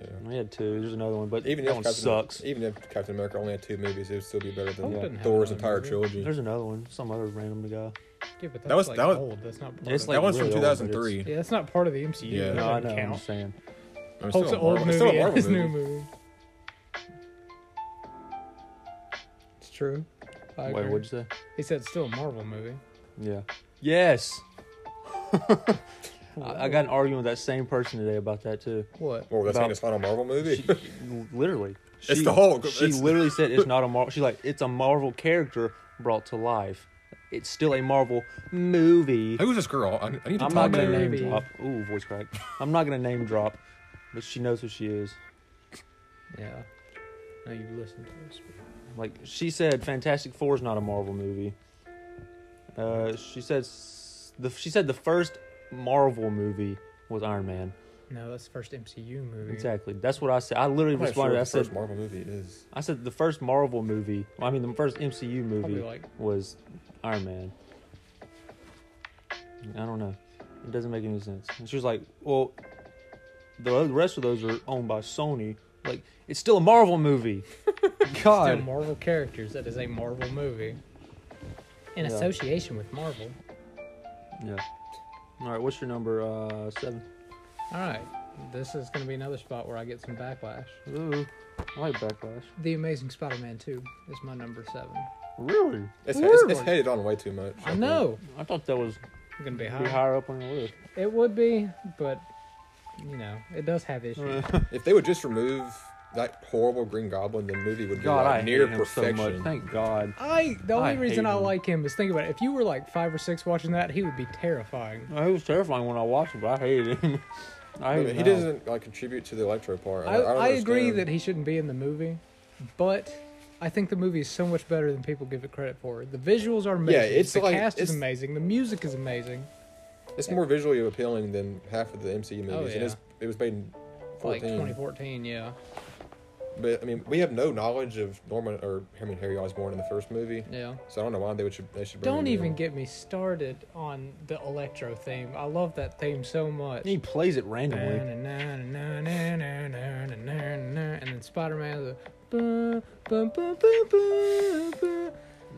Speaker 3: Yeah.
Speaker 2: We had two. There's another one, but
Speaker 3: Even
Speaker 2: that
Speaker 3: if
Speaker 2: one
Speaker 3: Captain,
Speaker 2: sucks.
Speaker 3: Even if Captain America only had two movies, it would still be better than
Speaker 1: Hulk
Speaker 3: like,
Speaker 1: didn't have
Speaker 3: Thor's
Speaker 1: another
Speaker 3: entire
Speaker 1: movie.
Speaker 3: trilogy.
Speaker 2: There's another one. Some other random guy.
Speaker 1: Yeah, but that's
Speaker 3: was-
Speaker 1: like
Speaker 3: that was-
Speaker 1: old. That's not. Part
Speaker 2: It's
Speaker 1: of,
Speaker 2: like
Speaker 3: that one's from
Speaker 2: really old, but it's-
Speaker 3: 2003.
Speaker 1: Yeah, that's not part of the MCU.
Speaker 3: Yeah.
Speaker 1: That
Speaker 2: No, I
Speaker 1: doesn't
Speaker 2: know. I'm
Speaker 1: count.
Speaker 2: saying.
Speaker 3: It's
Speaker 1: Hulk's
Speaker 3: still
Speaker 1: an
Speaker 3: a
Speaker 1: old
Speaker 3: Marvel-
Speaker 1: movie.
Speaker 3: it's still a
Speaker 1: and
Speaker 3: Marvel
Speaker 1: his
Speaker 3: movie.
Speaker 1: new movie. It's true. I
Speaker 2: Wait,
Speaker 1: agree.
Speaker 2: what'd you say?
Speaker 1: He said it's still a Marvel movie.
Speaker 2: Yeah. Yes. I, I got an argument with that same person today about that too.
Speaker 1: What?
Speaker 3: Well, that's
Speaker 2: About-
Speaker 3: not his final Marvel movie.
Speaker 2: She, literally.
Speaker 3: It's
Speaker 2: she-
Speaker 3: the Hulk.
Speaker 2: She
Speaker 3: It's-
Speaker 2: literally said it's not a Marvel. She's like, it's a Marvel character brought to life. It's still a Marvel movie.
Speaker 3: Who was this girl? I, I need to
Speaker 2: I'm
Speaker 3: talk
Speaker 1: Tom
Speaker 2: not
Speaker 3: to
Speaker 2: gonna
Speaker 3: her.
Speaker 1: Hardy.
Speaker 2: name drop. Ooh, voice crack. I'm not gonna name drop, but she knows who she is.
Speaker 1: Yeah. Now you listen to this.
Speaker 2: Like she said, Fantastic Four is not a Marvel movie. Uh, she said s- the she said the first Marvel movie was Iron Man.
Speaker 1: No, that's the first MCU movie.
Speaker 2: Exactly. That's what I said. I literally
Speaker 3: I'm not sure
Speaker 2: responded.
Speaker 3: what
Speaker 2: I
Speaker 3: the
Speaker 2: said
Speaker 3: first Marvel movie it is.
Speaker 2: I said the first Marvel movie. well, I mean the first MCU
Speaker 1: Probably
Speaker 2: movie
Speaker 1: like
Speaker 2: was Iron Man. I don't know. It doesn't make any sense. And she was like, "Well, the o- rest of those are owned by Sony. Like, it's still a Marvel movie."
Speaker 1: still
Speaker 2: God.
Speaker 1: Marvel characters. That is a Marvel movie. In
Speaker 2: Yeah.
Speaker 1: association with Marvel.
Speaker 2: Yeah. All right. What's your number? Uh, seven.
Speaker 1: All right. This is going to be another spot where I get some backlash.
Speaker 2: Ooh, I like Backlash.
Speaker 1: The Amazing Spider-Man 2 is my number 7.
Speaker 2: Really?
Speaker 3: It's, it's, it's
Speaker 1: Literally.
Speaker 3: headed on way too much.
Speaker 1: I
Speaker 3: think.
Speaker 1: know.
Speaker 2: I thought that was
Speaker 1: I'm going to be
Speaker 2: be
Speaker 1: high.
Speaker 2: higher up on your list.
Speaker 1: It would be, but you know, it does have issues.
Speaker 3: If they would just remove that horrible Green Goblin, the movie would be
Speaker 2: God,
Speaker 3: like,
Speaker 2: I
Speaker 3: near
Speaker 2: near hate him
Speaker 3: perfection.
Speaker 2: so much. Thank God.
Speaker 1: I the
Speaker 2: I
Speaker 1: only reason
Speaker 2: hate
Speaker 1: I
Speaker 2: him.
Speaker 1: like him is think about it. If you were like five or six watching that, he would be terrifying.
Speaker 2: It was terrifying when I watched it, but I hated him. I
Speaker 3: I
Speaker 2: hate
Speaker 3: mean,
Speaker 2: him
Speaker 3: he
Speaker 2: now.
Speaker 3: doesn't like contribute to the electro part.
Speaker 1: I,
Speaker 3: don't
Speaker 1: I agree
Speaker 3: understand.
Speaker 1: that he shouldn't be in the movie, but I think the movie is so much better than people give it credit for. The visuals are amazing.
Speaker 3: it's
Speaker 1: the
Speaker 3: like-
Speaker 1: cast is
Speaker 3: it's-
Speaker 1: amazing. The music is amazing.
Speaker 3: It's more visually appealing than half of the MCU movies.
Speaker 1: Oh,
Speaker 3: It is. It was made in
Speaker 1: Like
Speaker 3: 14.
Speaker 1: 2014, yeah,
Speaker 3: but I mean, we have no knowledge of Norman or I mean Harry Osborn in the first movie,
Speaker 1: yeah.
Speaker 3: so I don't know why they would should they should. bring
Speaker 1: Don't
Speaker 3: him in.
Speaker 1: even get me started on the electro theme. I love that theme so much.
Speaker 2: He plays it randomly.
Speaker 1: And then Spider Man.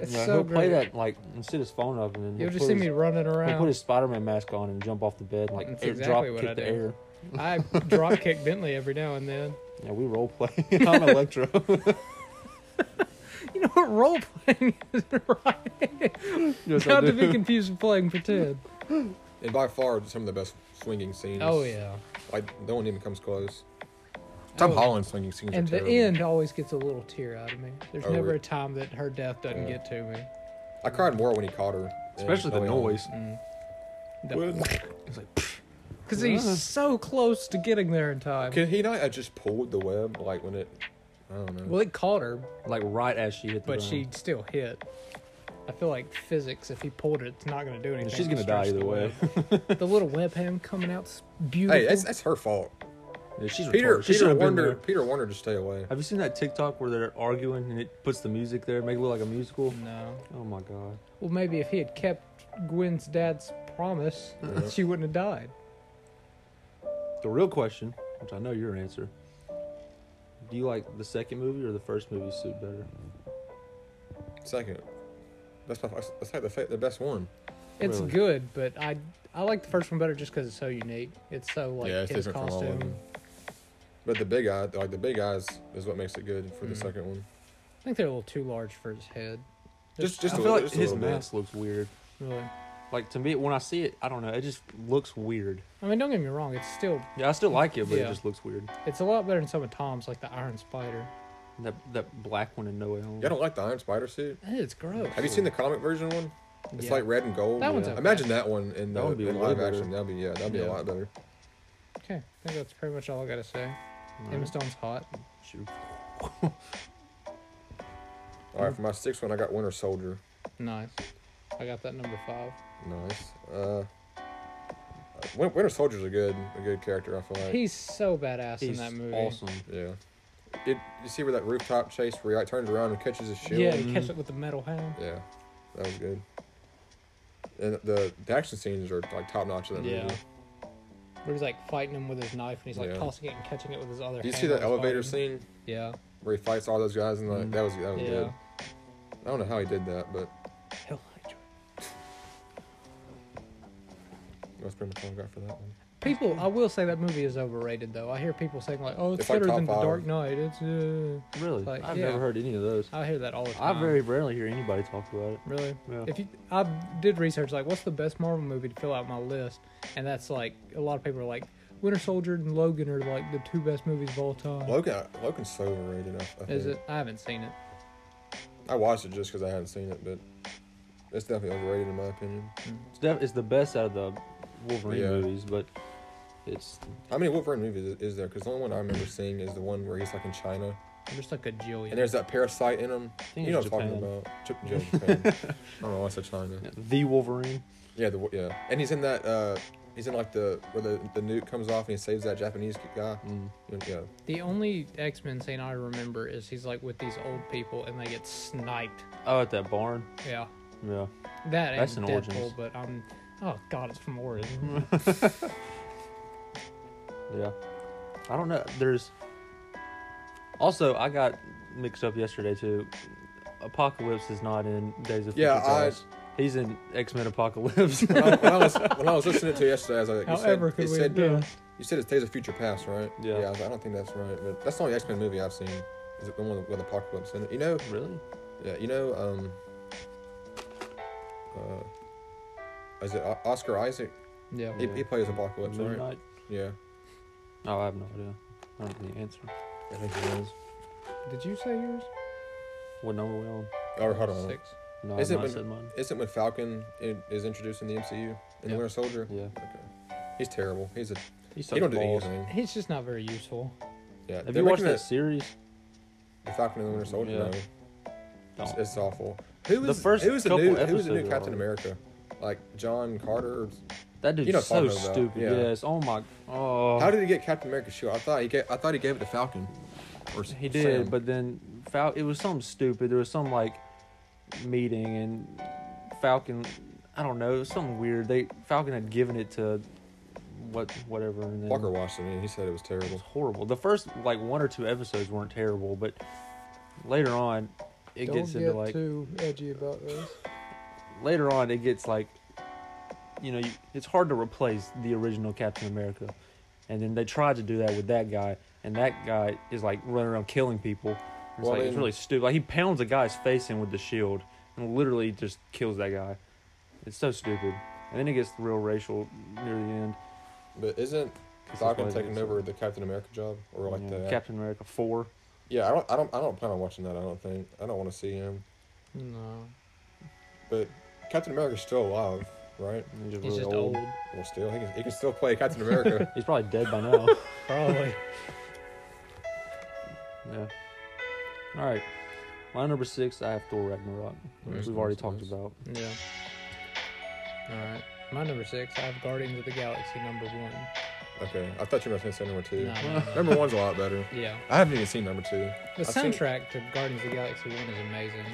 Speaker 1: It's
Speaker 2: Yeah,
Speaker 1: so
Speaker 2: he'll play
Speaker 1: great.
Speaker 2: that like and sit his phone up and then
Speaker 1: You'll
Speaker 2: he'll
Speaker 1: just
Speaker 2: put
Speaker 1: see
Speaker 2: his,
Speaker 1: me running
Speaker 2: He'll put
Speaker 1: around.
Speaker 2: his Spider-Man mask on and jump off the bed and, like
Speaker 1: That's
Speaker 2: air,
Speaker 1: exactly
Speaker 2: drop
Speaker 1: what
Speaker 2: kick
Speaker 1: I
Speaker 2: the
Speaker 1: do.
Speaker 2: air.
Speaker 1: I drop kick Bentley every now and then.
Speaker 2: Yeah, we role play. I'm Electro.
Speaker 1: You know what role playing is, right?
Speaker 2: Yes, I
Speaker 1: Not to
Speaker 2: do.
Speaker 1: be confused with playing pretend.
Speaker 3: And by far, some of the best swinging scenes.
Speaker 1: Oh yeah.
Speaker 3: like no one even comes close. Tom
Speaker 1: Oh.
Speaker 3: Holland's swinging scenes.
Speaker 1: And
Speaker 3: are
Speaker 1: the
Speaker 3: terrible.
Speaker 1: end always gets a little tear out of me. There's
Speaker 3: Oh,
Speaker 1: never
Speaker 3: it-
Speaker 1: a time that her death doesn't
Speaker 3: Yeah.
Speaker 1: get to me.
Speaker 3: I cried more when he caught her, Oh, than
Speaker 2: Especially the
Speaker 3: early on.
Speaker 2: noise.
Speaker 1: Mm. Because
Speaker 2: It's like, Yeah.
Speaker 1: he's so close to getting there in time.
Speaker 3: Could he not have just pulled the web like when it? I don't know.
Speaker 1: Well, it caught her,
Speaker 2: like right as she hit the
Speaker 1: but
Speaker 2: ground.
Speaker 1: she still hit. I feel like physics, if he pulled it, it's not going to do anything.
Speaker 2: she's gonna
Speaker 1: It
Speaker 2: die
Speaker 1: stretched
Speaker 2: either
Speaker 1: the
Speaker 2: way.
Speaker 1: web. the little web ham coming out's beautiful.
Speaker 3: hey, that's, that's her fault.
Speaker 2: Yeah, she's
Speaker 3: Peter
Speaker 2: retarded. She
Speaker 3: Peter
Speaker 2: should've been
Speaker 3: Warner
Speaker 2: there.
Speaker 3: Peter Warner just stay away.
Speaker 2: Have you seen that TikTok where they're arguing and it puts the music there, make it look like a musical?
Speaker 1: No.
Speaker 2: Oh my god.
Speaker 1: Well, maybe if he had kept Gwen's dad's promise,
Speaker 3: Yeah.
Speaker 1: she wouldn't have died.
Speaker 2: The real question, which I know your answer, do you like the second movie or the first movie suit better?
Speaker 3: Second, that's my, that's like the fa- the best one.
Speaker 1: It's
Speaker 2: Really?
Speaker 1: good, but I I like the first one better just because it's so unique. It's so like
Speaker 3: yeah, it's
Speaker 1: his
Speaker 3: different from all of
Speaker 1: costume.
Speaker 3: them. But the big eye, like the big eyes, is what makes it good for the
Speaker 1: Mm.
Speaker 3: second one.
Speaker 1: I think they're a little too large for his head.
Speaker 3: Just
Speaker 1: There's-
Speaker 3: just
Speaker 2: I
Speaker 3: a
Speaker 2: feel
Speaker 3: little,
Speaker 2: like
Speaker 3: just a
Speaker 2: his
Speaker 3: little bit.
Speaker 2: mask looks weird.
Speaker 1: really.
Speaker 2: Like to me, when I see it, I don't know. It just looks weird.
Speaker 1: I mean, don't get me wrong. It's still
Speaker 2: Yeah, I still like it, but
Speaker 1: Yeah.
Speaker 2: it just looks weird.
Speaker 1: it's a lot better than some of Tom's, like the Iron Spider.
Speaker 2: And that that black one in No Way Home.
Speaker 3: Yeah, I don't like the Iron Spider suit.
Speaker 1: Eh, It's gross.
Speaker 3: Have you seen the comic version one? It's
Speaker 1: Yeah.
Speaker 3: like red and gold.
Speaker 1: That one's
Speaker 3: Yeah.
Speaker 1: okay.
Speaker 3: Imagine that one in,
Speaker 2: That
Speaker 3: the,
Speaker 2: would be
Speaker 3: in
Speaker 2: way
Speaker 3: live
Speaker 2: better.
Speaker 3: action. That'd be yeah, that'd be
Speaker 2: Yeah.
Speaker 3: a lot better.
Speaker 1: Okay, I think that's pretty much all I gotta say.
Speaker 2: Alright.
Speaker 1: Emma Stone's hot.
Speaker 2: Shoot.
Speaker 3: All right, for my sixth one, I got Winter Soldier.
Speaker 1: Nice. I got that number five.
Speaker 3: Nice. Uh, Win- Winter Soldier's a good a good character. I feel like.
Speaker 1: He's so badass in
Speaker 2: He's
Speaker 1: that movie.
Speaker 2: awesome.
Speaker 3: yeah. It, you see where that rooftop chase where he like, turns around and catches his shield.
Speaker 1: Yeah, he catch it with the metal hand.
Speaker 3: Yeah, that was good. and the, the action scenes are like top notch in that
Speaker 1: Yeah.
Speaker 3: movie.
Speaker 1: Where he's like fighting him with his knife and he's like
Speaker 3: Yeah.
Speaker 1: tossing it and catching it with his other
Speaker 3: Did you
Speaker 1: hand.
Speaker 3: see
Speaker 1: while
Speaker 3: that
Speaker 1: he's
Speaker 3: elevator
Speaker 1: fighting.
Speaker 3: scene
Speaker 1: Yeah.
Speaker 3: where he fights all those guys and like that was that was
Speaker 1: Yeah.
Speaker 3: good. I don't know how he did that, but
Speaker 1: Hell, I-
Speaker 3: that's pretty much all I got for that one.
Speaker 1: People, I will say that movie is overrated though. I hear people saying like, "Oh, it's,
Speaker 3: It's like
Speaker 1: better
Speaker 3: top
Speaker 1: than
Speaker 3: five.
Speaker 1: The Dark Knight." It's. Uh...
Speaker 2: Really?
Speaker 1: Like,
Speaker 2: I've
Speaker 1: yeah. Um,
Speaker 2: never heard any of those.
Speaker 1: I hear that all the
Speaker 2: I
Speaker 1: time.
Speaker 2: very rarely hear anybody talk about it.
Speaker 1: really.
Speaker 2: Yeah.
Speaker 1: If you, I did research like, what's the best Marvel movie to fill out my list, and that's like a lot of people are like, Winter Soldier and Logan are like the two best movies of all time.
Speaker 3: Logan, Logan's so overrated. I, I think.
Speaker 1: Is it? I haven't seen it.
Speaker 3: I watched it just because I hadn't seen it, but it's definitely overrated in my opinion.
Speaker 2: It's, def- it's the best out of the Wolverine
Speaker 3: Yeah.
Speaker 2: movies, but it's
Speaker 3: How many Wolverine movies is, is there? Because the only one I remember seeing is the one where he's like in China,
Speaker 1: There's like a jillion.
Speaker 3: and there's that parasite in him.
Speaker 2: think
Speaker 3: You know what
Speaker 2: it's
Speaker 3: I'm
Speaker 2: Japan.
Speaker 3: talking about? Ch- J- Japan. I don't know why I said China.
Speaker 2: the Wolverine.
Speaker 3: Yeah, the, yeah, and he's in that. uh He's in like the where the, the nuke comes off and he saves that Japanese guy.
Speaker 2: Mm.
Speaker 3: You know, Yeah,
Speaker 1: the only X Men scene I remember is he's like with these old people and they get sniped.
Speaker 2: Oh, at that barn.
Speaker 1: Yeah,
Speaker 2: Yeah.
Speaker 1: that
Speaker 2: That's
Speaker 1: and
Speaker 2: an
Speaker 1: Deadpool,
Speaker 2: Origins.
Speaker 1: but I'm. Oh God, it's from Origins.
Speaker 2: Yeah. I don't know. There's also I got mixed up yesterday too. Apocalypse is not in Days of Future
Speaker 3: Yeah, I-
Speaker 2: Past. He's in X Men Apocalypse.
Speaker 3: When I, when I was when I was listening to it yesterday, I was like, you
Speaker 1: However,
Speaker 3: said,
Speaker 1: could
Speaker 3: it
Speaker 1: we
Speaker 3: said,
Speaker 1: have done?
Speaker 3: You said it's Days of Future Past, right?
Speaker 2: Yeah.
Speaker 3: Yeah, I, was like, I don't think that's right, but that's the only X Men movie I've seen. Is it the one with Apocalypse in it? You know,
Speaker 2: really?
Speaker 3: yeah, you know, um, uh, is it O- Oscar Isaac?
Speaker 1: Yeah.
Speaker 3: He,
Speaker 2: Yeah.
Speaker 3: he plays Apocalypse,
Speaker 2: Moon
Speaker 3: right?
Speaker 2: Knight?
Speaker 3: Yeah.
Speaker 2: Oh, I have no idea. I don't know the answer.
Speaker 3: I think he is.
Speaker 1: Did you say yours?
Speaker 2: What number we on?
Speaker 3: Or Oh, hold on.
Speaker 1: Six.
Speaker 2: No, I've
Speaker 3: Is it
Speaker 2: not
Speaker 3: when-
Speaker 2: said mine.
Speaker 3: Isn't when Falcon i- is introduced in the MCU in the
Speaker 1: Yeah.
Speaker 3: Winter Soldier?
Speaker 2: Yeah.
Speaker 3: Okay. He's terrible. He's a
Speaker 2: He's
Speaker 3: he don't do anything.
Speaker 1: He's just not very useful.
Speaker 3: Yeah.
Speaker 2: Have
Speaker 3: they're
Speaker 2: you watched
Speaker 3: making
Speaker 2: that series?
Speaker 3: The Falcon and the Winter Soldier.
Speaker 2: Yeah.
Speaker 3: No.
Speaker 2: No.
Speaker 3: It's, it's awful. Who
Speaker 2: Oh. The
Speaker 3: was
Speaker 2: first
Speaker 3: who was the
Speaker 2: couple
Speaker 3: new who was the
Speaker 2: episodes
Speaker 3: new
Speaker 2: are
Speaker 3: Captain
Speaker 2: all-
Speaker 3: America? Like John Carter? Or...
Speaker 2: That dude's
Speaker 3: You know what
Speaker 2: so
Speaker 3: I'm talking about.
Speaker 2: stupid.
Speaker 3: Yeah.
Speaker 2: Yes. Oh my. Oh.
Speaker 3: How did he get Captain America's shield? I thought he gave, I thought he gave it to Falcon. Or
Speaker 2: He did, but then Fal- it was something stupid. There was some like meeting and Falcon. I don't know. It was something weird. They Falcon had given it to what whatever. And then
Speaker 3: Walker watched it and he said it was
Speaker 2: it was
Speaker 3: terrible.
Speaker 2: horrible. The first like one or two episodes weren't terrible, but later on it gets into like
Speaker 1: too edgy about this.
Speaker 2: later on it gets like you know you, it's hard to replace the original Captain America, and then they tried to do that with that guy, and that guy is like running around killing people. It's
Speaker 3: Well,
Speaker 2: like
Speaker 3: I
Speaker 2: it's
Speaker 3: mean-
Speaker 2: really stupid. Like he pounds a guy's face in with the shield and literally just kills that guy. It's so stupid. And then it gets real racial near the end.
Speaker 3: But isn't
Speaker 2: This is why
Speaker 3: Falcon
Speaker 2: it
Speaker 3: taking
Speaker 2: gets-
Speaker 3: over the Captain America job or like
Speaker 2: you
Speaker 3: the
Speaker 2: know, Mm-hmm. Captain America four.
Speaker 3: Yeah, I don't I don't I don't plan on watching that. I don't think I don't want to see him.
Speaker 1: No,
Speaker 3: But Captain America's still alive, right?
Speaker 2: and He's,
Speaker 1: he's
Speaker 2: really
Speaker 1: just
Speaker 2: old.
Speaker 1: old.
Speaker 3: Well, still he can, he can still play Captain America.
Speaker 2: He's probably dead by now.
Speaker 1: Probably.
Speaker 2: yeah. All right. My number six, I have Thor Ragnarok, which
Speaker 3: Nice,
Speaker 2: we've already
Speaker 3: nice,
Speaker 2: talked
Speaker 3: nice.
Speaker 2: about.
Speaker 1: yeah. All right. My number six. I have Guardians of the Galaxy number one.
Speaker 3: okay, I thought you were going to say number two.
Speaker 1: No, no, no.
Speaker 3: Number one's a lot better.
Speaker 1: Yeah.
Speaker 3: I haven't even seen number two.
Speaker 1: The
Speaker 3: I've seen-
Speaker 1: soundtrack to Guardians of the Galaxy one is amazing.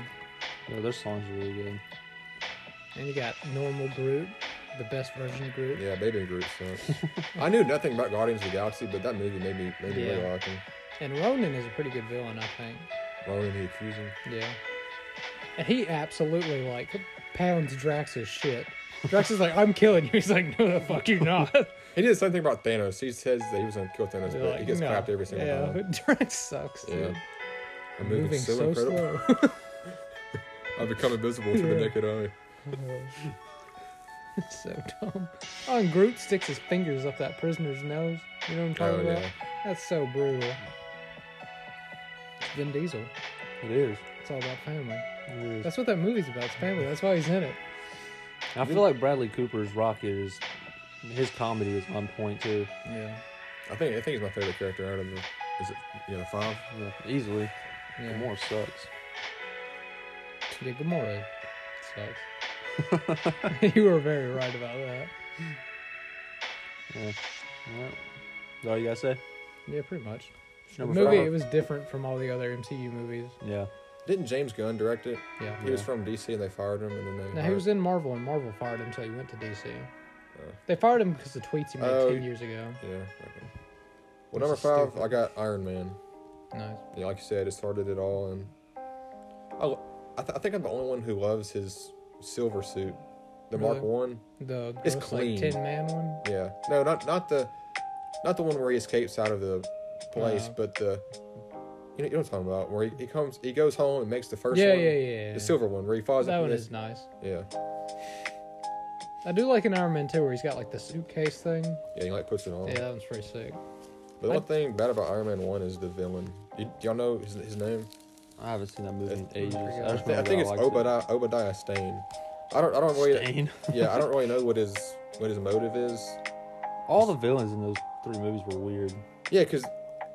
Speaker 2: Yeah, their songs are really good.
Speaker 1: And you got normal Groot, the best version of Groot.
Speaker 3: Yeah, Baby Groot. So. I knew nothing about Guardians of the Galaxy, but that movie made me made me
Speaker 1: Yeah.
Speaker 3: really like him.
Speaker 1: And Ronan is a pretty good villain, I think.
Speaker 3: Ronan the Accuser.
Speaker 1: Yeah. And he absolutely like pounds Drax's shit. Drax is like, I'm killing you. He's like, No, the fuck you not.
Speaker 3: He did the same thing about Thanos. He says that he was gonna kill Thanos,
Speaker 1: They're
Speaker 3: but
Speaker 1: like,
Speaker 3: he gets
Speaker 1: "No."
Speaker 3: crapped every single
Speaker 1: yeah.
Speaker 3: time.
Speaker 1: Drax sucks.
Speaker 3: Yeah.
Speaker 1: Dude.
Speaker 3: I'm moving, so, incredible.
Speaker 1: slow.
Speaker 3: I become invisible to the
Speaker 1: Yeah.
Speaker 3: naked eye.
Speaker 1: It's so dumb. Oh, and Groot sticks his fingers up that prisoner's nose. You know what I'm talking
Speaker 3: Oh
Speaker 1: about?
Speaker 3: yeah.
Speaker 1: That's so brutal. It's Vin Diesel.
Speaker 2: It is.
Speaker 1: It's all about family.
Speaker 2: It is.
Speaker 1: That's what that movie's about. It's family. That's why he's in it.
Speaker 2: I feel like Bradley Cooper's Rocket is his comedy is on point too.
Speaker 1: Yeah.
Speaker 3: I think I think he's my favorite character out of the is it you know five?
Speaker 2: Yeah, easily.
Speaker 1: Yeah.
Speaker 2: Gamora sucks.
Speaker 1: Yeah, Gamora sucks. you were very right about that.
Speaker 2: Yeah. All right. Is that all you gotta say?
Speaker 1: Yeah, pretty much. The
Speaker 2: Number
Speaker 1: movie
Speaker 2: five.
Speaker 1: it was different from all the other MCU movies.
Speaker 2: Yeah.
Speaker 3: Didn't James Gunn direct it?
Speaker 1: Yeah.
Speaker 3: He was from DC and they fired him, and then they.
Speaker 1: Now he
Speaker 3: hired-
Speaker 1: was in Marvel, and Marvel fired him until he went to DC. they fired him because of tweets he made
Speaker 3: Oh.
Speaker 1: ten years ago.
Speaker 3: Yeah. Okay. Well, number five, I got Iron Man.
Speaker 1: Nice.
Speaker 3: Yeah, like you said, it started it all, and I, lo- I, th- I think I'm the only one who loves his silver suit, the Mark
Speaker 1: Really?
Speaker 3: One.
Speaker 1: The
Speaker 3: It's
Speaker 1: gross,
Speaker 3: clean.
Speaker 1: like Tin Man one.
Speaker 3: Yeah, no, not not the not the one where he escapes out of the place,
Speaker 1: No.
Speaker 3: but the you know, you know what I'm talking about, where he, he comes, he goes home and makes the first
Speaker 1: Yeah,
Speaker 3: one,
Speaker 1: yeah, yeah, yeah.
Speaker 3: the silver one, where he falls.
Speaker 1: That
Speaker 3: up in
Speaker 1: one
Speaker 3: this-
Speaker 1: is nice.
Speaker 3: Yeah,
Speaker 1: I do like an Iron Man too, where he's got like the suitcase thing.
Speaker 3: yeah, he like puts it on.
Speaker 1: Yeah, that one's pretty sick.
Speaker 3: But the one thing bad about Iron Man One is the villain. You, y'all know his, his name?
Speaker 2: I haven't seen that movie in ages.
Speaker 1: I forgot.
Speaker 2: just
Speaker 3: I, thi- I
Speaker 2: remember
Speaker 3: think it's
Speaker 2: liked it.
Speaker 3: Obadiah, Obadiah Stane. I don't, I don't really,
Speaker 2: Stain.
Speaker 3: yeah, I don't really know what his what his motive is.
Speaker 2: All the villains in those three movies were weird.
Speaker 3: Yeah, because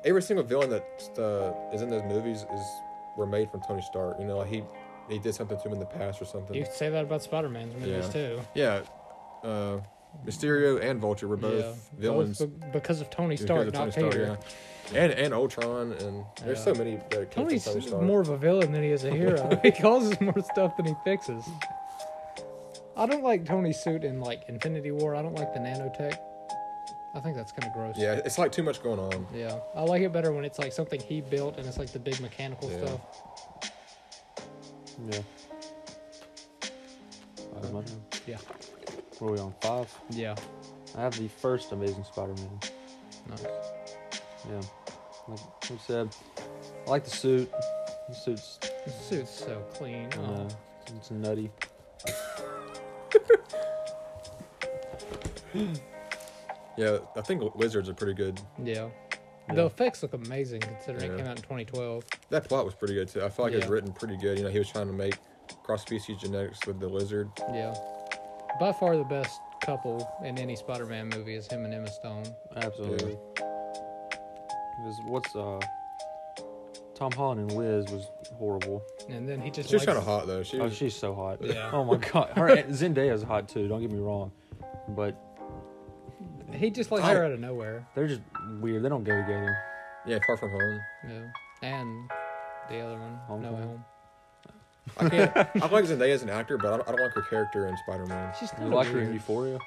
Speaker 3: every single villain that uh, is in those movies is were made from Tony Stark. You know, like he he did something to him in the past or something.
Speaker 1: You could say that about Spider Man's movies
Speaker 3: Yeah.
Speaker 1: too.
Speaker 3: Yeah, uh, Mysterio and Vulture were both
Speaker 1: yeah,
Speaker 3: villains.
Speaker 1: Both be- because of Tony
Speaker 3: because
Speaker 1: Stark,
Speaker 3: of
Speaker 1: not
Speaker 3: Tony
Speaker 1: Peter.
Speaker 3: Stark, yeah. And and Ultron and there's
Speaker 1: Yeah.
Speaker 3: so many that came
Speaker 1: Tony's
Speaker 3: from Tony Stark.
Speaker 1: more of a villain than he is a hero. he causes more stuff than he fixes. I don't like Tony's suit in like Infinity War. I don't like the nanotech. I think that's kind of gross.
Speaker 3: Yeah, it's like too much going on.
Speaker 1: Yeah. I like it better when it's like something he built and it's like the big mechanical
Speaker 3: Yeah.
Speaker 1: stuff.
Speaker 2: Yeah. That was my turn.
Speaker 1: Yeah.
Speaker 2: Were we on five?
Speaker 1: Yeah.
Speaker 2: I have the first Amazing Spider-Man.
Speaker 1: Nice.
Speaker 2: Yeah. Like we said, I like the suit. The suit's
Speaker 1: His suit's so clean.
Speaker 2: uh,
Speaker 1: Oh.
Speaker 2: it's nutty.
Speaker 3: Yeah, I think Wizards are pretty good.
Speaker 1: Yeah.
Speaker 2: Yeah.
Speaker 1: The effects look amazing considering it
Speaker 3: Yeah.
Speaker 1: came out in 2012.
Speaker 3: That plot was pretty good too. I feel like it was
Speaker 1: Yeah.
Speaker 3: written pretty good. You know, he was trying to make cross species genetics with the lizard.
Speaker 1: Yeah. By far the best couple in any Spider-Man movie is him and Emma Stone.
Speaker 2: Absolutely. Because what's uh Tom Holland and Liz was horrible.
Speaker 1: And then he just
Speaker 3: She was kind
Speaker 1: likes-
Speaker 3: of hot though. She
Speaker 2: Oh,
Speaker 3: was,
Speaker 2: she's so hot.
Speaker 1: Yeah.
Speaker 2: Oh my god. Her and Zendaya's hot too, don't get me wrong. But
Speaker 1: He just likes her out of nowhere.
Speaker 2: they're just weird. They don't go together.
Speaker 3: yeah, far from home.
Speaker 1: Yeah. And the other one, No
Speaker 2: Homecoming.
Speaker 1: Elm.
Speaker 3: I can't. I like Zendaya as an actor, but I don't, I don't like her character in Spider Man.
Speaker 1: She's
Speaker 2: You
Speaker 1: kind
Speaker 2: like
Speaker 1: of
Speaker 2: her in
Speaker 1: weird.
Speaker 2: Euphoria?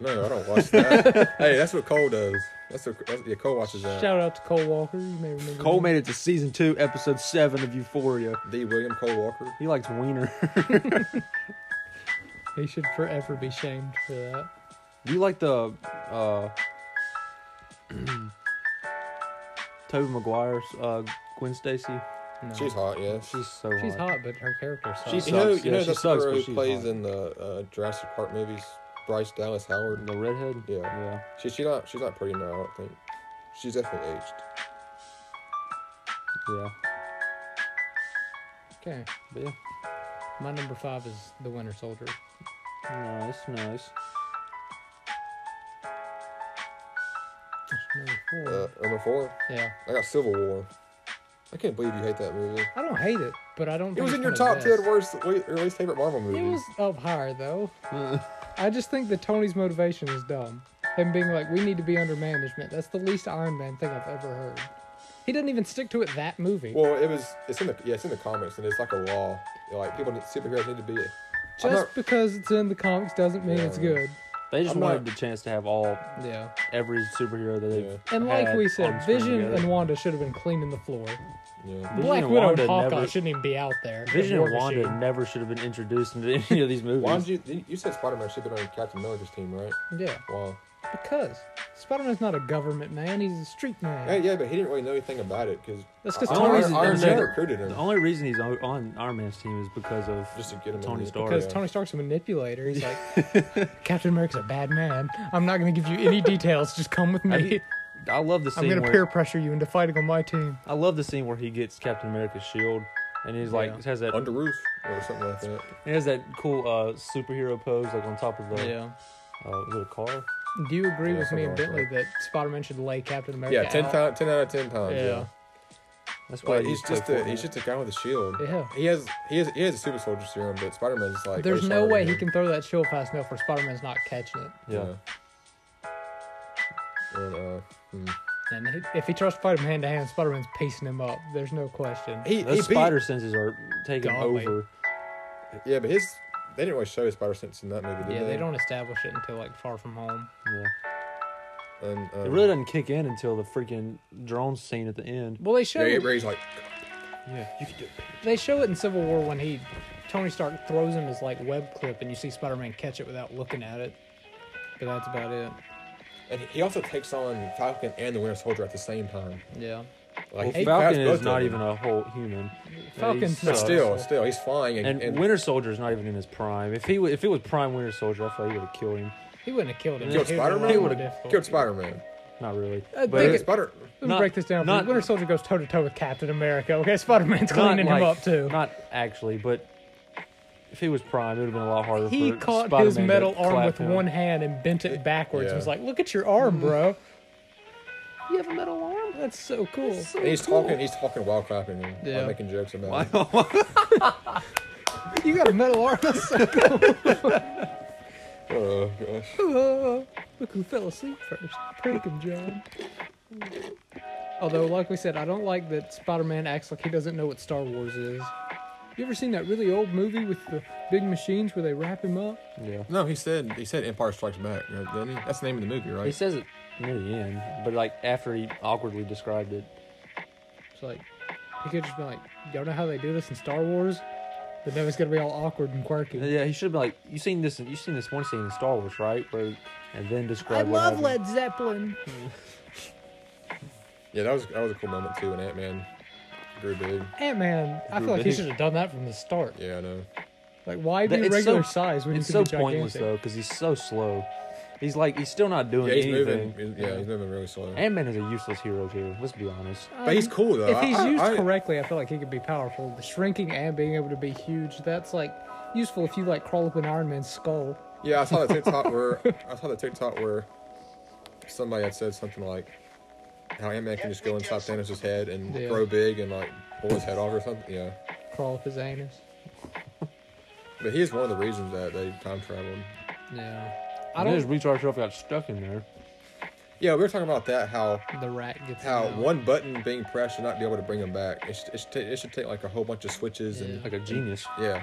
Speaker 3: No, I don't watch that. hey, that's what Cole does. That's what that's, yeah, Cole watches that.
Speaker 1: Shout out to Cole Walker. You may remember
Speaker 2: Cole
Speaker 1: him.
Speaker 2: made it to season two, episode seven of Euphoria.
Speaker 3: The William Cole Walker.
Speaker 2: He likes Wiener.
Speaker 1: He should forever be shamed for that.
Speaker 2: Do you like the uh Toby Maguire's uh Gwen Stacy?
Speaker 1: No.
Speaker 3: She's hot. Yeah,
Speaker 2: She's so
Speaker 1: She's
Speaker 2: hot.
Speaker 1: hot, but her character sucks.
Speaker 2: She's-
Speaker 3: You know,
Speaker 2: sucks.
Speaker 3: you
Speaker 2: Yeah,
Speaker 3: know
Speaker 2: she
Speaker 3: the
Speaker 2: sucks, but
Speaker 3: superhero
Speaker 2: she's
Speaker 3: who plays
Speaker 2: hot.
Speaker 3: in the uh, Jurassic Park movies, Bryce Dallas Howard.
Speaker 2: The redhead?
Speaker 3: Yeah.
Speaker 2: Yeah.
Speaker 3: She she not she's not pretty now. I don't think. She's definitely aged.
Speaker 2: Yeah.
Speaker 1: okay.
Speaker 2: But yeah.
Speaker 1: My number five is the Winter Soldier.
Speaker 2: Nice, nice.
Speaker 1: Number four.
Speaker 3: Uh, number four,
Speaker 1: yeah.
Speaker 3: I got Civil War. I can't believe you hate that movie.
Speaker 1: I don't hate it, but I don't.
Speaker 3: It
Speaker 1: think
Speaker 3: was
Speaker 1: it's
Speaker 3: in your
Speaker 1: one
Speaker 3: top
Speaker 1: of the
Speaker 3: ten
Speaker 1: best.
Speaker 3: worst or least favorite Marvel movies.
Speaker 1: It was up higher though.
Speaker 2: Uh,
Speaker 1: I just think that Tony's motivation is dumb. Him being like, "We need to be under management." That's the least Iron Man thing I've ever heard. He didn't even stick to it that movie.
Speaker 3: Well, it was. It's in the yeah. It's in the comics, and it's like a law. You know, like people, superheroes need to be.
Speaker 1: just because it's in the comics doesn't mean
Speaker 3: Yeah.
Speaker 1: it's good.
Speaker 2: they just
Speaker 3: I'm
Speaker 2: wanted
Speaker 3: not-
Speaker 2: the chance to have all
Speaker 1: Yeah.
Speaker 2: every superhero that they've
Speaker 3: Yeah.
Speaker 1: And like
Speaker 2: had
Speaker 1: we
Speaker 2: on
Speaker 1: said,
Speaker 2: screen
Speaker 1: Vision
Speaker 2: together.
Speaker 1: and Wanda should have been cleaning the floor.
Speaker 3: Yeah.
Speaker 2: Vision
Speaker 1: Black
Speaker 2: and
Speaker 1: Widow
Speaker 2: Wanda
Speaker 1: and Hawkeye
Speaker 2: never-
Speaker 1: shouldn't even be out there.
Speaker 2: Vision and
Speaker 1: War
Speaker 2: Wanda
Speaker 1: Machine.
Speaker 2: never should have been introduced into any of these movies.
Speaker 3: Why did you? You said Spider Man should have been on Captain America's team, right?
Speaker 1: Yeah,
Speaker 3: Wow.
Speaker 1: because Spider Man's not a government man; he's a street man.
Speaker 3: Yeah, yeah, but he didn't really know anything about it because
Speaker 1: That's 'cause
Speaker 3: Iron,
Speaker 1: Tony's
Speaker 3: Iron,
Speaker 1: a
Speaker 3: Man
Speaker 2: jerk.
Speaker 3: recruited him.
Speaker 2: The only reason he's on, on Iron Man's team is because of
Speaker 3: Just to get him
Speaker 2: Tony
Speaker 3: in the-
Speaker 2: Stark.
Speaker 1: Because
Speaker 3: Yeah.
Speaker 1: Tony Stark's a manipulator. He's like, Captain America's a bad man. I'm not going to give you any details. Just come with
Speaker 2: I
Speaker 1: me.
Speaker 2: mean, I love the
Speaker 1: I'm
Speaker 2: scene
Speaker 1: going to
Speaker 2: where
Speaker 1: peer pressure you into fighting on my team.
Speaker 2: I love the scene where he gets Captain America's shield, and he's like
Speaker 1: Yeah.
Speaker 2: has that
Speaker 3: under roof or something like that.
Speaker 2: he has that cool uh, superhero pose like on top of the uh, is it a car?
Speaker 1: Do you agree
Speaker 3: Yeah,
Speaker 1: with me and
Speaker 3: something
Speaker 1: Bentley
Speaker 3: like
Speaker 1: that Spider Man should lay Captain America?
Speaker 3: Yeah, ten
Speaker 1: out?
Speaker 3: times, ten out of ten times.
Speaker 1: Yeah.
Speaker 3: Yeah,
Speaker 2: That's why
Speaker 3: Well,
Speaker 2: I
Speaker 3: Uh, he's
Speaker 2: used to
Speaker 3: just
Speaker 2: play
Speaker 3: a he's
Speaker 2: Fortnite.
Speaker 3: just a guy with a shield.
Speaker 1: Yeah.
Speaker 3: he has he has he has a super soldier serum, but Spider Man's like
Speaker 1: There's
Speaker 3: way
Speaker 1: no
Speaker 3: stronger
Speaker 1: way
Speaker 3: than
Speaker 1: he
Speaker 3: him.
Speaker 1: can throw that shield fast enough where Spider Man's not catching it.
Speaker 2: yeah.
Speaker 3: And, uh, hmm.
Speaker 1: And he, if he tries to fight him hand to hand, Spider Man's piecing him up. There's no question.
Speaker 3: He,
Speaker 2: Those
Speaker 3: he
Speaker 2: spider senses are taking
Speaker 1: Golly.
Speaker 2: over.
Speaker 3: beat. Yeah, but his. They didn't really show his spider sense in that movie, did
Speaker 1: yeah,
Speaker 3: they?
Speaker 1: they don't establish it until like Far From Home.
Speaker 2: Yeah.
Speaker 3: And, um,
Speaker 2: It really doesn't kick in until the freaking drone scene at the end.
Speaker 1: Well, they show
Speaker 3: Ray,
Speaker 1: it,
Speaker 3: Ray's like,
Speaker 2: Yeah.
Speaker 3: you can do it.
Speaker 1: they show it in Civil War when he Tony Stark throws him his like web clip, and you see Spider Man catch it without looking at it. But that's about it.
Speaker 3: And he also takes on Falcon and the Winter Soldier at the same time.
Speaker 1: Yeah,
Speaker 3: Like
Speaker 2: well,
Speaker 3: he
Speaker 2: Falcon
Speaker 3: passed both
Speaker 2: is
Speaker 3: of
Speaker 2: not
Speaker 3: them.
Speaker 2: even a whole human.
Speaker 1: Falcon's
Speaker 2: He's, uh,
Speaker 1: not.
Speaker 3: But still, still, he's flying. And,
Speaker 2: And,
Speaker 3: and
Speaker 2: Winter Soldier is not even in his prime. If he w- if it was prime Winter Soldier, I thought he would have killed him.
Speaker 1: he wouldn't have killed him.
Speaker 3: killed
Speaker 1: He would've been a
Speaker 3: Spider
Speaker 1: lot
Speaker 3: Man.
Speaker 1: more
Speaker 3: Would have
Speaker 1: difficult.
Speaker 3: killed Spider Man.
Speaker 2: Not really.
Speaker 1: I
Speaker 2: But
Speaker 1: think
Speaker 2: it-
Speaker 1: it-
Speaker 3: Spider.
Speaker 1: Let me
Speaker 2: Not-
Speaker 1: break this down. for you.
Speaker 2: not-
Speaker 1: Winter Soldier goes toe to toe with Captain America. Okay, Spider Man's
Speaker 2: not
Speaker 1: cleaning
Speaker 2: like-
Speaker 1: him up too.
Speaker 2: Not actually, but if he was prime, it would have been a lot harder.
Speaker 1: he
Speaker 2: for
Speaker 1: caught
Speaker 2: Spider-Man
Speaker 1: his
Speaker 2: to
Speaker 1: metal arm
Speaker 2: clap
Speaker 1: with
Speaker 2: him.
Speaker 1: one hand and bent it backwards.
Speaker 3: yeah.
Speaker 1: and was like, "Look at your arm, bro. Mm-hmm. You have a metal arm. That's so cool."
Speaker 3: And he's talking. He's talking while clapping and
Speaker 1: Yeah.
Speaker 3: while making jokes about it.
Speaker 1: you got a metal arm. That's so
Speaker 3: Oh gosh.
Speaker 1: cool. Look who fell asleep first. Prank him, John. Although, like we said, I don't like that Spider-Man acts like he doesn't know what Star Wars is. You ever seen that really old movie with the big machines where they wrap him up?
Speaker 2: Yeah.
Speaker 3: No, he said he said Empire Strikes Back. right, Didn't he? That's the name of the movie, right?
Speaker 2: He says it near the end, but like after he awkwardly described it.
Speaker 1: It's like he could just be like, "Y'all know how they do this in Star Wars?" But then it's gonna be all awkward and quirky.
Speaker 2: Yeah, he should have been like, you seen this? You seen this one scene in Star Wars, right? Where, and then describe. what happened.
Speaker 1: Zeppelin.
Speaker 3: yeah, that was that was a cool moment too. When Ant Man grew big.
Speaker 1: Ant Man, I feel like he
Speaker 2: big.
Speaker 1: should have done that from the start.
Speaker 3: Yeah, I know.
Speaker 1: Like, why
Speaker 2: That-
Speaker 1: be
Speaker 2: it's
Speaker 1: regular
Speaker 2: so-
Speaker 1: size when you
Speaker 2: It's
Speaker 1: could
Speaker 2: so
Speaker 1: be gigantic?
Speaker 2: pointless though, because he's so slow. He's like, he's still not doing
Speaker 3: Yeah, he's
Speaker 2: anything.
Speaker 3: moving. he's- Yeah, he's moving really slow.
Speaker 2: Ant Man is a useless hero too. Let's be honest.
Speaker 3: but he's cool though.
Speaker 1: Um, If he's
Speaker 3: I- I-
Speaker 1: used
Speaker 3: I-
Speaker 1: correctly, I feel like he could be powerful. The shrinking and being able to be huge—that's like useful if you like crawl up an Iron Man's skull.
Speaker 3: Yeah, I saw the TikTok where I saw the TikTok where somebody had said something like how Ant Man can just go inside Thanos' head and
Speaker 1: Yeah.
Speaker 3: grow big and like pull his head off or something. Yeah,
Speaker 1: Crawl up his anus.
Speaker 3: but he is one of the reasons that they time traveled.
Speaker 1: Yeah. I
Speaker 2: I
Speaker 1: don't.
Speaker 2: don't. His recharge shelf got stuck in there.
Speaker 3: Yeah, we were talking about that how
Speaker 1: the rat gets
Speaker 3: how
Speaker 1: him out.
Speaker 3: one button being pressed should not be able to bring him back. It should, it should, ta- it should take like a whole bunch of switches and
Speaker 2: Like a genius.
Speaker 3: yeah,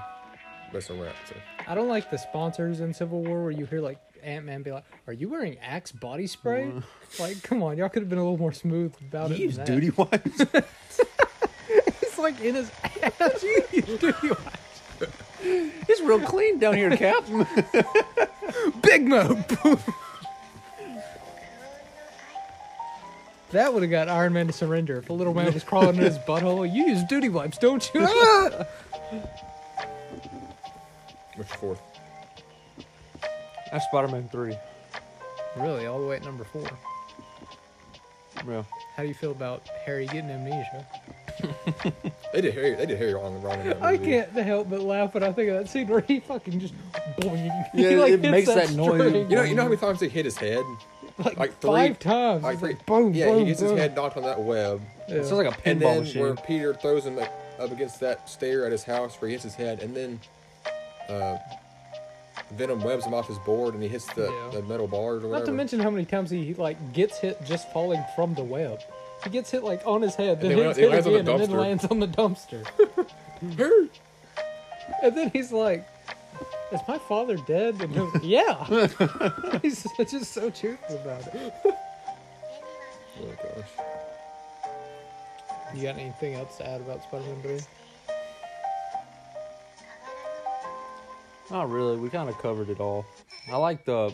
Speaker 3: but it's a rat. So.
Speaker 1: I don't like the sponsors in Civil War where you hear like Ant Man be like, "Are you wearing Axe body spray?" like, come on, y'all could have been a little more smooth about it.
Speaker 2: He used
Speaker 1: than that.
Speaker 2: duty wipes.
Speaker 1: It's like in his ass. you use duty wipes.
Speaker 2: It's real clean down here, Cap.
Speaker 1: Big Mo. that would have got Iron Man to surrender if a little man was crawling in his butthole. You use duty wipes, don't you? Ah!
Speaker 3: Which fourth?
Speaker 2: That's Spider Man three.
Speaker 1: really, all the way at number four.
Speaker 2: Yeah.
Speaker 1: How do you feel about Harry getting amnesia?
Speaker 3: They did Harry. They did Harry wrong wrong in that
Speaker 1: I
Speaker 3: movie.
Speaker 1: can't help but laugh when I think of that scene where he fucking just boing.
Speaker 2: Yeah,
Speaker 1: he, like,
Speaker 2: it
Speaker 1: hits
Speaker 2: makes that noise.
Speaker 1: string,
Speaker 3: You know, you know how many times they hit his head?
Speaker 1: like,
Speaker 3: like three-
Speaker 1: five times.
Speaker 3: Like,
Speaker 1: It's
Speaker 3: three-
Speaker 1: like, boom,
Speaker 3: yeah,
Speaker 1: boom,
Speaker 3: he gets
Speaker 1: boom.
Speaker 3: his head knocked on that web.
Speaker 1: Yeah.
Speaker 2: It sounds like a
Speaker 3: And
Speaker 2: pinball
Speaker 3: then where
Speaker 2: machine.
Speaker 3: Peter throws him like, up against that stair at his house where he hits his head, and then uh, Venom webs him off his board and he hits the,
Speaker 1: Yeah.
Speaker 3: the metal bars or whatever.
Speaker 1: Not to mention how many times he like gets hit just falling from the web. He gets hit like on his head, then,
Speaker 3: then
Speaker 1: hits
Speaker 3: he
Speaker 1: hit
Speaker 3: lands on the
Speaker 1: again, and then
Speaker 3: dumpster.
Speaker 1: lands on the dumpster. and then he's like, "Is my father dead?" And he's like, yeah, he's just so cheerful about it.
Speaker 3: Oh gosh.
Speaker 1: You got anything else to add about Spider-Man 3?
Speaker 2: Not really. We kind of covered it all. I like the.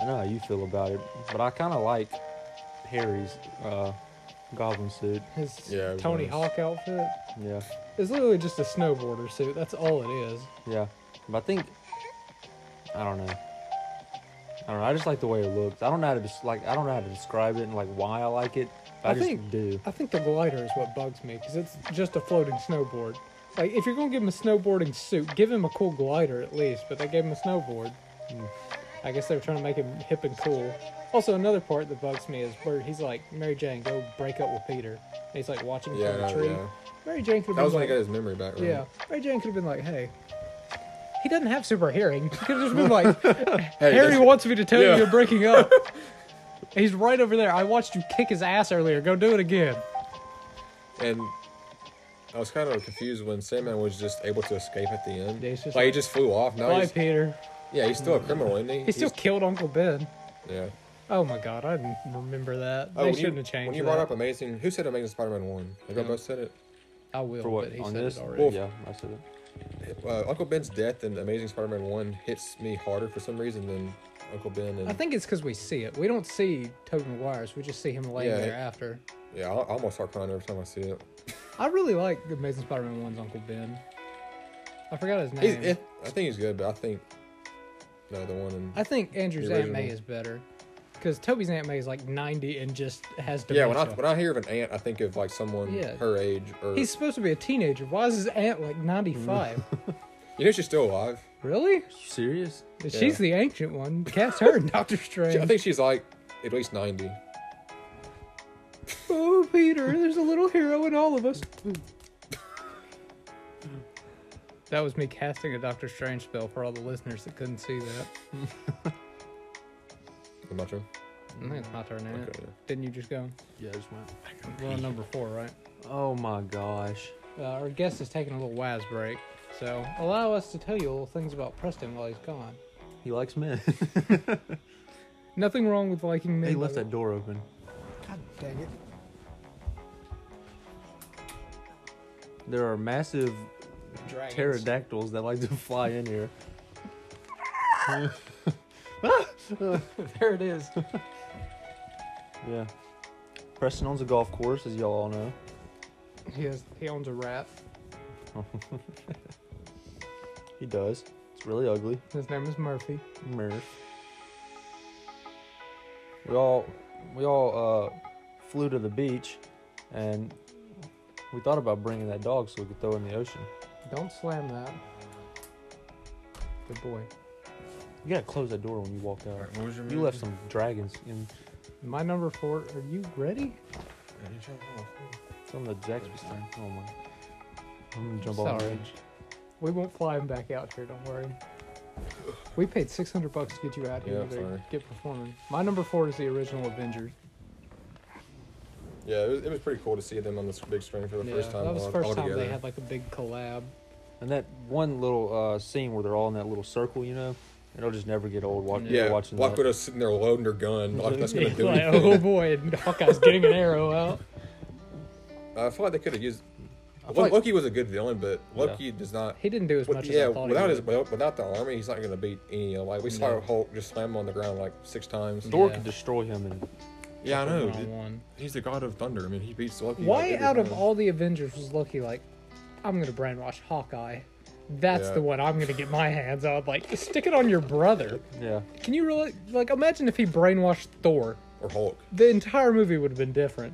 Speaker 2: I know how you feel about it, but I kind of like Harry's uh, goblin suit.
Speaker 1: His
Speaker 3: Yeah, it
Speaker 1: Tony
Speaker 3: was.
Speaker 1: Hawk outfit
Speaker 2: Yeah,
Speaker 1: is literally just a snowboarder suit. That's all it is.
Speaker 2: yeah. But I think I don't know. I don't know. I just like the way it looks. I don't know how to just like. I don't know how to describe it and like why I like it. but I,
Speaker 1: I
Speaker 2: just
Speaker 1: think-
Speaker 2: do.
Speaker 1: I think the glider is what bugs me because it's just a floating snowboard. Like if you're gonna give him a snowboarding suit, give him a cool glider at least. But they gave him a snowboard. Hmm. I guess they were trying to make him hip and cool. Also, another part that bugs me is where he's like, "Mary Jane, go break up with Peter," and he's like watching
Speaker 3: Yeah,
Speaker 1: from
Speaker 3: no,
Speaker 1: a tree.
Speaker 3: yeah.
Speaker 1: Mary Jane could
Speaker 3: That
Speaker 1: have
Speaker 3: was
Speaker 1: been
Speaker 3: when he
Speaker 1: like,
Speaker 3: got his memory back. Right?
Speaker 1: "Yeah." Mary Jane could have been like, "Hey." He doesn't have super hearing. He could have just been like, "Harry
Speaker 3: that's-
Speaker 1: wants me to tell
Speaker 3: Yeah.
Speaker 1: you you're breaking up." He's right over there. I watched you kick his ass earlier. Go do it again.
Speaker 3: And I was kind of confused when Sandman was just able to escape at the end.
Speaker 1: Yeah, he's just
Speaker 3: like, he
Speaker 1: like-
Speaker 3: just flew off. Now
Speaker 1: Bye,
Speaker 3: Oh, he's,
Speaker 1: Peter.
Speaker 3: yeah, he's still a criminal, isn't he?
Speaker 1: He still killed Uncle Ben.
Speaker 3: yeah.
Speaker 1: Oh my god, I didn't remember that.
Speaker 3: Oh,
Speaker 1: they
Speaker 3: when you-
Speaker 1: shouldn't have changed
Speaker 3: When you
Speaker 1: that.
Speaker 3: brought up Amazing, who said Amazing Spider-Man one? Have y'all
Speaker 1: Yeah.
Speaker 3: both said it?
Speaker 1: I will,
Speaker 2: For what?
Speaker 1: but he
Speaker 2: On
Speaker 1: said
Speaker 2: this?
Speaker 1: it already.
Speaker 3: Well,
Speaker 2: yeah, I said it.
Speaker 3: Uh, Uncle Ben's death in Amazing Spider-Man one hits me harder for some reason than Uncle Ben. And
Speaker 1: I think it's because we see it. We don't see Tobey Maguire's. We just see him laying
Speaker 3: Yeah,
Speaker 1: there
Speaker 3: it-
Speaker 1: after.
Speaker 3: yeah, I I almost start crying every time I see it.
Speaker 1: I really like the Amazing Spider-Man 1's Uncle Ben. I forgot his
Speaker 3: He's,
Speaker 1: name.
Speaker 3: it, I think he's good, but I think no, the one in
Speaker 1: I think Andrew's
Speaker 3: The
Speaker 1: Aunt May
Speaker 3: original.
Speaker 1: is better. Because Toby's Aunt May is like 90 and just has
Speaker 3: yeah.
Speaker 1: dementia.
Speaker 3: When I when I hear of an aunt, I think of like someone
Speaker 1: Yeah.
Speaker 3: her age or
Speaker 1: He's supposed to be a teenager. Why is his aunt like 95?
Speaker 3: Mm. you know she's still alive.
Speaker 1: really?
Speaker 2: You serious?
Speaker 1: She's the ancient one. Cast her in Doctor Strange.
Speaker 3: She- I think she's like at least ninety.
Speaker 1: Oh, Peter, there's a little hero in all of us. That was me casting a Doctor Strange spell for all the listeners that couldn't see that.
Speaker 3: Am I true?
Speaker 1: I think it's my turn now.
Speaker 3: Okay.
Speaker 1: Didn't you just go?
Speaker 2: Yeah, I just went.
Speaker 1: We're on number four, right?
Speaker 2: Oh my gosh.
Speaker 1: Uh, our guest is taking a little wise break, so allow us to tell you little things about Preston while he's gone.
Speaker 2: He likes men.
Speaker 1: Nothing wrong with liking me.
Speaker 2: he left that door open.
Speaker 1: God dang it.
Speaker 2: There are massive
Speaker 1: Dragons.
Speaker 2: pterodactyls that like to fly in here.
Speaker 1: there it is.
Speaker 2: Yeah. Preston owns a golf course, as y'all all know.
Speaker 1: he, has, he owns a rat.
Speaker 2: He does. It's really ugly.
Speaker 1: His name is Murphy.
Speaker 2: Murph. We all we all uh, flew to the beach, and we thought about bringing that dog so we could throw it in the ocean.
Speaker 1: Don't slam that. Good boy.
Speaker 2: You gotta close that door when you walk out.
Speaker 3: what was your
Speaker 2: You left some dragons in
Speaker 1: My number four. Are you ready?
Speaker 2: some of the Zaxby's thing. Oh my! I'm gonna jump off. the
Speaker 1: Sorry.
Speaker 2: edge.
Speaker 1: We won't fly him back out here. Don't worry. We paid six hundred bucks to get you out here
Speaker 3: Yeah,
Speaker 1: to
Speaker 3: sorry.
Speaker 1: get performing. My number four is the original Avengers.
Speaker 3: Yeah, it was, it was pretty cool to see them on this big screen for the
Speaker 1: Yeah,
Speaker 3: first time.
Speaker 1: that was
Speaker 3: all,
Speaker 1: the first
Speaker 3: all
Speaker 1: time
Speaker 3: together.
Speaker 1: they had like a big collab.
Speaker 2: And that one little uh, scene where they're all in that little circle, you know, it'll just never get old. Watch,
Speaker 3: yeah,
Speaker 2: watching
Speaker 3: Black
Speaker 2: that.
Speaker 3: Widow's sitting there loading her gun. Like, that's gonna
Speaker 1: Yeah,
Speaker 3: do
Speaker 1: like,
Speaker 3: anything.
Speaker 1: oh boy, and Hawkeye's getting an arrow out.
Speaker 3: I feel like they could have used.
Speaker 2: I
Speaker 3: Lo-
Speaker 2: feel like-
Speaker 3: Loki was a good villain, but Loki does not.
Speaker 1: He didn't do as
Speaker 3: Wi-
Speaker 1: much
Speaker 3: yeah,
Speaker 1: as I thought.
Speaker 3: without
Speaker 1: he
Speaker 3: his
Speaker 1: would.
Speaker 3: without the army, he's not gonna beat any. of Like we saw Hulk just slam him on the ground like six times.
Speaker 2: Thor
Speaker 1: Yeah.
Speaker 2: could destroy him, and
Speaker 3: Yeah, I know. dude.
Speaker 1: One-on-one.
Speaker 3: He's the god of thunder. I mean, he beats Loki.
Speaker 1: Why
Speaker 3: like, every
Speaker 1: out of
Speaker 3: time.
Speaker 1: all the Avengers was Loki like, I'm gonna brainwash Hawkeye? That's
Speaker 3: Yeah.
Speaker 1: the one I'm gonna get my hands on. Like, stick it on your brother.
Speaker 2: yeah,
Speaker 1: Can you really like imagine if he brainwashed Thor?
Speaker 3: or Hulk?
Speaker 1: The entire movie would have been different.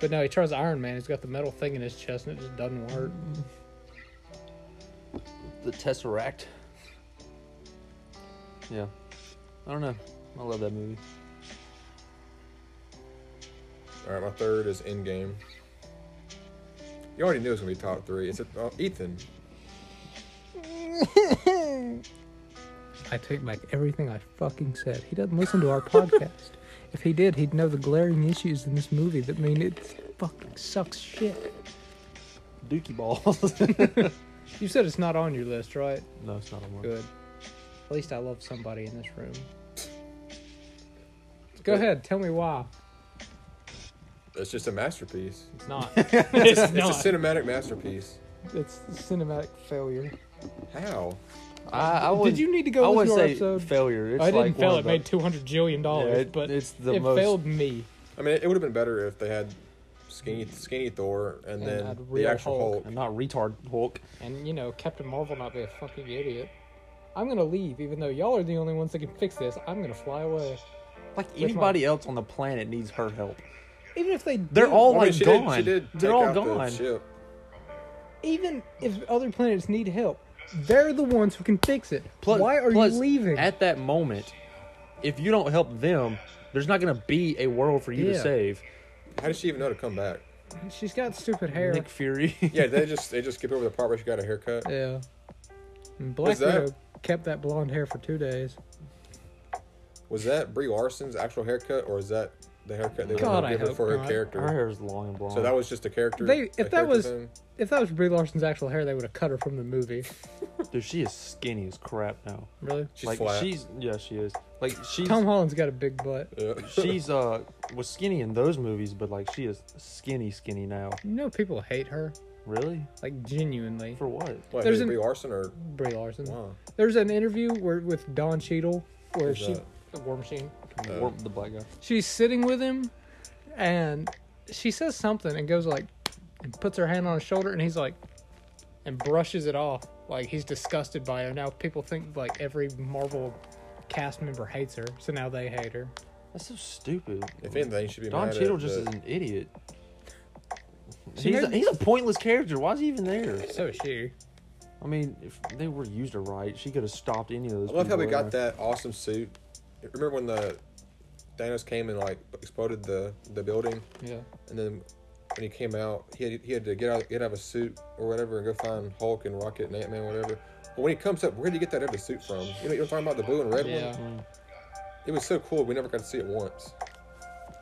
Speaker 1: But no, he tries Iron Man. He's got the metal thing in his chest, and it just doesn't work.
Speaker 2: the Tesseract. Yeah, I don't know. I love that movie.
Speaker 3: All right, my third is Endgame. You already knew it was gonna be top three. It's uh, Ethan.
Speaker 1: I take back everything I fucking said. He doesn't listen to our podcast. If he did, he'd know the glaring issues in this movie that mean it fucking sucks shit.
Speaker 2: Dookie balls.
Speaker 1: You said it's not on your list, right?
Speaker 2: no, it's not a one.
Speaker 1: Good. At least I love somebody in this room. Go ahead, tell me why.
Speaker 3: It's just a masterpiece.
Speaker 1: It's not. it's
Speaker 3: It's
Speaker 1: not.
Speaker 3: a cinematic masterpiece.
Speaker 1: It's cinematic failure.
Speaker 3: How?
Speaker 2: I, I
Speaker 1: Did
Speaker 2: would,
Speaker 1: you need to go
Speaker 2: I would
Speaker 1: listen to our
Speaker 2: say
Speaker 1: episode?
Speaker 2: failure. It's
Speaker 1: I didn't
Speaker 2: like
Speaker 1: fail.
Speaker 2: one
Speaker 1: It
Speaker 2: of
Speaker 1: made
Speaker 2: the-
Speaker 1: two hundred jillion dollars,
Speaker 2: it-
Speaker 1: but
Speaker 2: it's the
Speaker 1: it
Speaker 2: most-
Speaker 1: failed me.
Speaker 3: I mean, it would have been better if they had skinny skinny Thor
Speaker 1: And
Speaker 3: and, then
Speaker 1: had
Speaker 3: the
Speaker 1: real
Speaker 3: actual Hulk.
Speaker 1: Hulk.
Speaker 2: I'm not retard Hulk.
Speaker 1: And you know, Captain Marvel not be a fucking idiot. I'm gonna leave, even though y'all are the only ones that can fix this. I'm gonna fly away.
Speaker 2: Like
Speaker 1: one?
Speaker 2: anybody else on the planet needs her help.
Speaker 1: Even if they
Speaker 2: They're
Speaker 1: do-
Speaker 2: all
Speaker 3: Well, I
Speaker 2: like
Speaker 3: mean, Oh, she did-
Speaker 2: gone.
Speaker 3: she did
Speaker 2: They're
Speaker 3: take
Speaker 2: all
Speaker 3: out the
Speaker 2: gone.
Speaker 3: ship.
Speaker 1: even if other planets need help, they're the ones who can fix it. Why are
Speaker 2: plus,
Speaker 1: you leaving?
Speaker 2: At that moment, if you don't help them, there's not going to be a world for you to
Speaker 1: Yeah.
Speaker 2: save.
Speaker 3: How did she even know to come back?
Speaker 1: She's got stupid hair.
Speaker 2: Nick Fury.
Speaker 3: Yeah, they just they just skip over the part where she got a haircut.
Speaker 1: Yeah. And Black
Speaker 3: Was that-
Speaker 1: Widow kept that blonde hair for two days.
Speaker 3: Was that Brie Larson's actual haircut, or is that the haircut they
Speaker 1: God,
Speaker 3: were
Speaker 1: I
Speaker 3: giving
Speaker 1: hope
Speaker 3: for her
Speaker 1: not.
Speaker 3: character?
Speaker 2: Her hair is long and blonde.
Speaker 3: So that was just a character.
Speaker 1: They-
Speaker 3: a
Speaker 1: if that
Speaker 3: character
Speaker 1: was-
Speaker 3: thing?
Speaker 1: If that was Brie Larson's actual hair, they would have cut her from the movie.
Speaker 2: dude. She is skinny as crap now.
Speaker 1: Really?
Speaker 3: she's
Speaker 2: like
Speaker 3: flat.
Speaker 2: she's yeah, she is. Like she's
Speaker 1: Tom Holland's got a big butt.
Speaker 3: Yeah.
Speaker 2: she's uh was skinny in those movies, but like she is skinny skinny now.
Speaker 1: You know, people hate her.
Speaker 2: Really?
Speaker 1: Like, genuinely.
Speaker 2: For what?
Speaker 3: What,
Speaker 1: There's
Speaker 3: who,
Speaker 1: an-
Speaker 3: Brie Larson or
Speaker 1: Brie Larson.
Speaker 3: wow.
Speaker 1: There's an interview where with Don Cheadle where
Speaker 3: Who's
Speaker 1: she,
Speaker 3: that?
Speaker 1: the War Machine.
Speaker 3: Uh,
Speaker 2: Warp the black guy.
Speaker 1: She's sitting with him, and she says something and goes like, and puts her hand on his shoulder, and he's like, and brushes it off like he's disgusted by her. Now people think like every Marvel cast member hates her, so now they hate her.
Speaker 2: That's so stupid.
Speaker 3: If anything, you should be
Speaker 2: Don
Speaker 3: mad
Speaker 2: Cheadle
Speaker 3: at
Speaker 2: just
Speaker 3: the-
Speaker 2: is an idiot.
Speaker 1: She
Speaker 2: He's a,
Speaker 1: made-
Speaker 2: he's a pointless character. Why is he even there?
Speaker 1: So is she.
Speaker 2: I mean, if they were used her right, she could have stopped any of those.
Speaker 3: I love how we
Speaker 2: people
Speaker 3: got
Speaker 2: there.
Speaker 3: that awesome suit. Remember when the Thanos came and like exploded the the building,
Speaker 1: Yeah.
Speaker 3: and then when he came out, he had, he had to get out get out of a suit or whatever and go find Hulk and Rocket and Ant Man whatever. But when he comes up, where did he get that other suit from? You know, you were talking about the blue and red
Speaker 1: Yeah.
Speaker 3: one. It was so cool. We never got to see it once.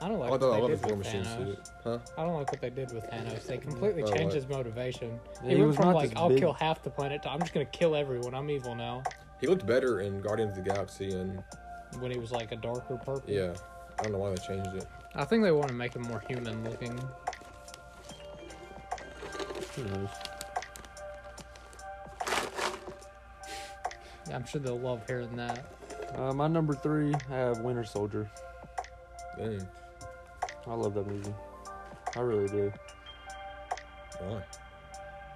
Speaker 1: I don't like
Speaker 3: Although Oh, I
Speaker 1: what they did
Speaker 3: love his War
Speaker 1: with
Speaker 3: Machine
Speaker 1: Thanos.
Speaker 3: suit, huh?
Speaker 1: I don't like what they did with Thanos. They completely
Speaker 3: Oh,
Speaker 1: changed
Speaker 3: what?
Speaker 1: his motivation.
Speaker 2: Yeah,
Speaker 1: he
Speaker 2: he
Speaker 1: went
Speaker 2: was
Speaker 1: from
Speaker 2: not
Speaker 1: like
Speaker 2: this
Speaker 1: I'll
Speaker 2: big-
Speaker 1: kill half the planet to I'm just gonna kill everyone. I'm evil now.
Speaker 3: He looked better in Guardians of the Galaxy, and
Speaker 1: When he was like a darker purple.
Speaker 3: yeah, I don't know why they changed it.
Speaker 1: I think they want to make him more human looking.
Speaker 2: Who knows?
Speaker 1: I'm sure they'll love hearing that.
Speaker 2: Uh, my number three, I have Winter Soldier.
Speaker 3: Dang,
Speaker 2: I love that movie. I really do.
Speaker 3: why?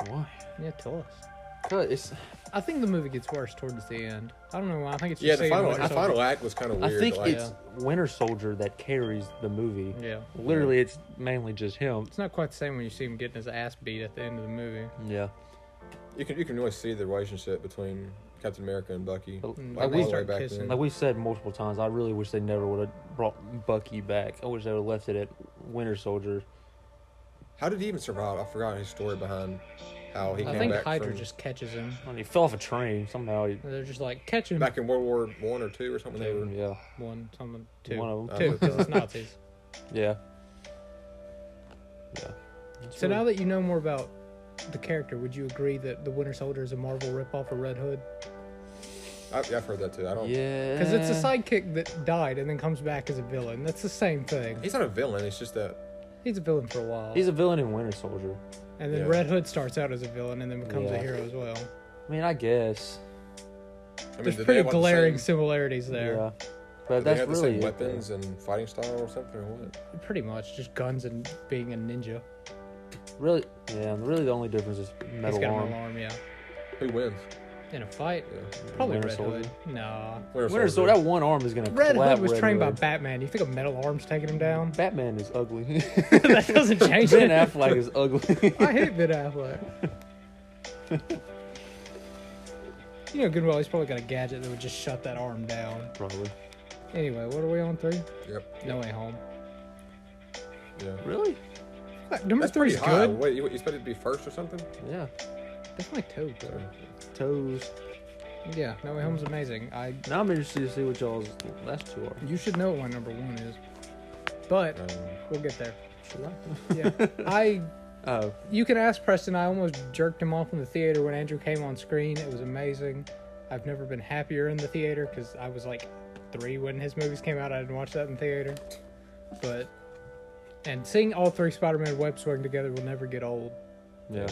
Speaker 2: Why?
Speaker 1: Yeah, tell us.
Speaker 2: Cause it's,
Speaker 1: I think the movie gets worse towards the end. I don't know why. I think it's just
Speaker 3: Yeah, the
Speaker 1: seeing
Speaker 3: final
Speaker 1: Winter
Speaker 3: the
Speaker 1: Soldier-
Speaker 3: final act was kind of
Speaker 2: I
Speaker 3: weird.
Speaker 2: think
Speaker 3: like,
Speaker 2: it's Winter Soldier that carries the movie.
Speaker 1: Yeah.
Speaker 2: Literally, it's mainly just him.
Speaker 1: It's not quite the same when you see him getting his ass beat at the end of the movie.
Speaker 2: Yeah.
Speaker 3: you can you can really see the relationship between Captain America and Bucky.
Speaker 2: But,
Speaker 1: Mm,
Speaker 2: like,
Speaker 1: they
Speaker 2: we,
Speaker 1: start
Speaker 3: way back
Speaker 1: kissing.
Speaker 3: then.
Speaker 2: like we've said multiple times, I really wish they never would have brought Bucky back. I wish they would have left it at Winter Soldier.
Speaker 3: How did he even survive? I forgot his story behind how he
Speaker 1: I
Speaker 3: came
Speaker 1: think
Speaker 3: back
Speaker 1: Hydra
Speaker 3: from
Speaker 1: just catches him.
Speaker 2: I mean, he fell off a train somehow. He,
Speaker 1: They're just like catch him
Speaker 3: back in World War One or two or something. They were
Speaker 2: yeah.
Speaker 1: one, someone two,
Speaker 2: One of 'em.
Speaker 1: two, because it's Nazis.
Speaker 3: Uh.
Speaker 2: Yeah. Yeah.
Speaker 1: So now that you know more about the character, would you agree that the Winter Soldier is a Marvel ripoff of Red Hood?
Speaker 3: I, I've heard that too. I don't.
Speaker 2: yeah,
Speaker 1: Because it's
Speaker 2: Uh.
Speaker 1: a sidekick that died and then comes back as a villain. That's the same thing.
Speaker 3: He's not a villain. It's just that
Speaker 1: He's a villain for a while,
Speaker 2: He's a villain in Winter Soldier.
Speaker 1: and then
Speaker 3: yeah.
Speaker 1: Red Hood starts out as a villain and then becomes a
Speaker 2: Yeah.
Speaker 1: hero as well.
Speaker 2: I mean, I guess.
Speaker 3: I mean,
Speaker 1: There's
Speaker 3: did they
Speaker 1: pretty
Speaker 3: have, like, the
Speaker 1: glaring
Speaker 3: Same,
Speaker 1: similarities there.
Speaker 2: Yeah.
Speaker 3: did
Speaker 2: But
Speaker 3: they
Speaker 2: that's
Speaker 3: have the
Speaker 2: really
Speaker 3: same
Speaker 2: it,
Speaker 3: weapons and fighting style or something or what?
Speaker 1: Pretty much just guns and being a ninja.
Speaker 2: though. Really, yeah. and Really, the only difference is
Speaker 1: He's
Speaker 2: metal
Speaker 1: got
Speaker 2: arm.
Speaker 1: an arm, yeah.
Speaker 3: Who wins?
Speaker 1: In a fight,
Speaker 3: Yeah.
Speaker 1: probably
Speaker 2: Winter
Speaker 1: Red
Speaker 2: Soldier.
Speaker 1: Hood. Nah.
Speaker 2: Winter Soldier. That one arm is gonna.
Speaker 1: Red
Speaker 2: clap
Speaker 1: Hood was
Speaker 2: Red
Speaker 1: trained by
Speaker 2: Hood.
Speaker 1: Batman. You think a metal arm's taking him down?
Speaker 2: Batman is ugly.
Speaker 1: that doesn't change it.
Speaker 2: ben Affleck is ugly.
Speaker 1: I hate Ben Affleck. you know good and well he's probably got a gadget that would just shut that arm down.
Speaker 2: Probably.
Speaker 1: Anyway, what are we on three?
Speaker 3: Yep.
Speaker 1: No way home.
Speaker 3: Yeah.
Speaker 2: Really?
Speaker 1: Fuck, Number
Speaker 3: That's
Speaker 1: three
Speaker 3: pretty
Speaker 1: is
Speaker 3: high.
Speaker 1: good.
Speaker 3: Wait, you, you expected it to be first or something?
Speaker 2: Yeah.
Speaker 1: That's my toe. bro.
Speaker 2: Toes.
Speaker 1: Yeah, No Way Home's amazing. I
Speaker 2: Now I'm interested to see what y'all's last two are.
Speaker 1: you should know what my number one is, but
Speaker 3: Um,
Speaker 1: we'll get there.
Speaker 2: Should
Speaker 1: Yeah, I.
Speaker 2: I? Oh,
Speaker 1: You can ask Preston. I almost jerked him off in the theater when Andrew came on screen. It was amazing. I've never been happier in the theater because I was like three when his movies came out. I didn't watch that in theater, but and seeing all three Spider-Man web swinging together will never get old.
Speaker 2: yeah.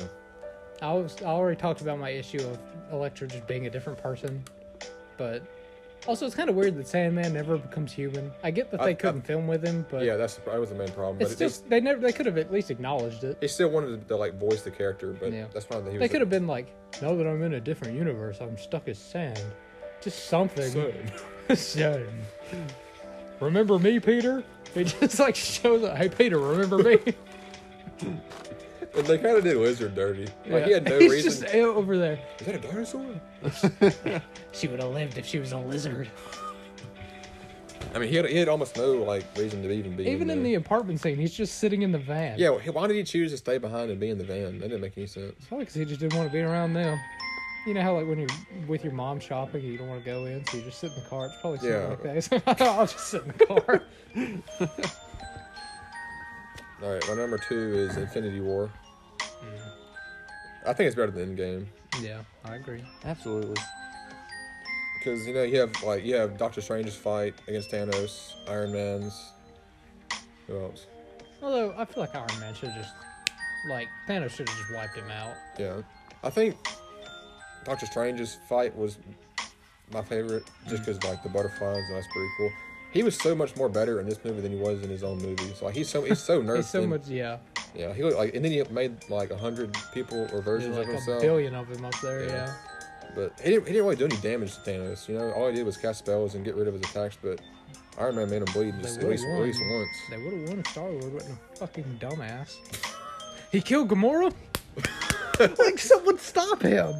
Speaker 1: I was I already talked about my issue of Electra just being a different person, but also it's kind of weird that Sandman never becomes human. I get that
Speaker 3: I-
Speaker 1: they
Speaker 3: I-
Speaker 1: couldn't film with him, but
Speaker 3: yeah, that's that was the main problem. But
Speaker 1: it's
Speaker 3: it,
Speaker 1: just they never they could have at least acknowledged it.
Speaker 3: they, they still wanted to, like voice the character, but
Speaker 1: Yeah.
Speaker 3: that's why he was.
Speaker 1: They could have been like, now that I'm in a different universe, I'm stuck as sand. Just something. Sand. Remember me, Peter? It just like shows up. Hey, Peter, remember me?
Speaker 3: And they kind of did Lizard dirty. Like he had no
Speaker 1: He's
Speaker 3: reason.
Speaker 1: just over there.
Speaker 3: Is that a dinosaur?
Speaker 1: She would have lived if she was a lizard.
Speaker 3: I mean, he had, he had almost no like reason to even be.
Speaker 1: Even in the
Speaker 3: there.
Speaker 1: apartment scene, he's just sitting in the van.
Speaker 3: Yeah, why did he choose to stay behind and be in the van? That didn't make any sense.
Speaker 1: Probably because he just didn't want to be around them. You know how like when you're with your mom shopping and you don't want to go in, so you just sit in the car. It's probably something
Speaker 3: Yeah.
Speaker 1: like that. He's like, I'll just sit in the car.
Speaker 3: All right, my number two is Infinity War.
Speaker 1: Mm-hmm.
Speaker 3: I think it's better than Endgame
Speaker 1: yeah, I agree.
Speaker 2: Absolutely.
Speaker 3: because you know you have like you have Doctor Strange's fight against Thanos, Iron Man's. Who else?
Speaker 1: Although I feel like Iron Man should just like Thanos should have just wiped him out.
Speaker 3: Yeah, I think Doctor Strange's fight was my favorite just because like the butterflies and that's pretty cool. He was so much more better in this movie than he was in his own movies. Like he's so he's so nervous.
Speaker 1: He's so much, yeah.
Speaker 3: Yeah, he looked like, and then he made like a hundred people or versions
Speaker 1: There's like
Speaker 3: of
Speaker 1: a
Speaker 3: himself.
Speaker 1: billion of them up there.
Speaker 3: Yeah.
Speaker 1: Yeah.
Speaker 3: But he didn't, he didn't really do any damage to Thanos. You know, all he did was cast spells and get rid of his attacks. But Iron Man made him bleed just at
Speaker 1: would've
Speaker 3: least, at
Speaker 1: won.
Speaker 3: least once.
Speaker 1: They would have won if Star Lord wasn't a fucking dumbass. he killed Gamora. like someone stop him.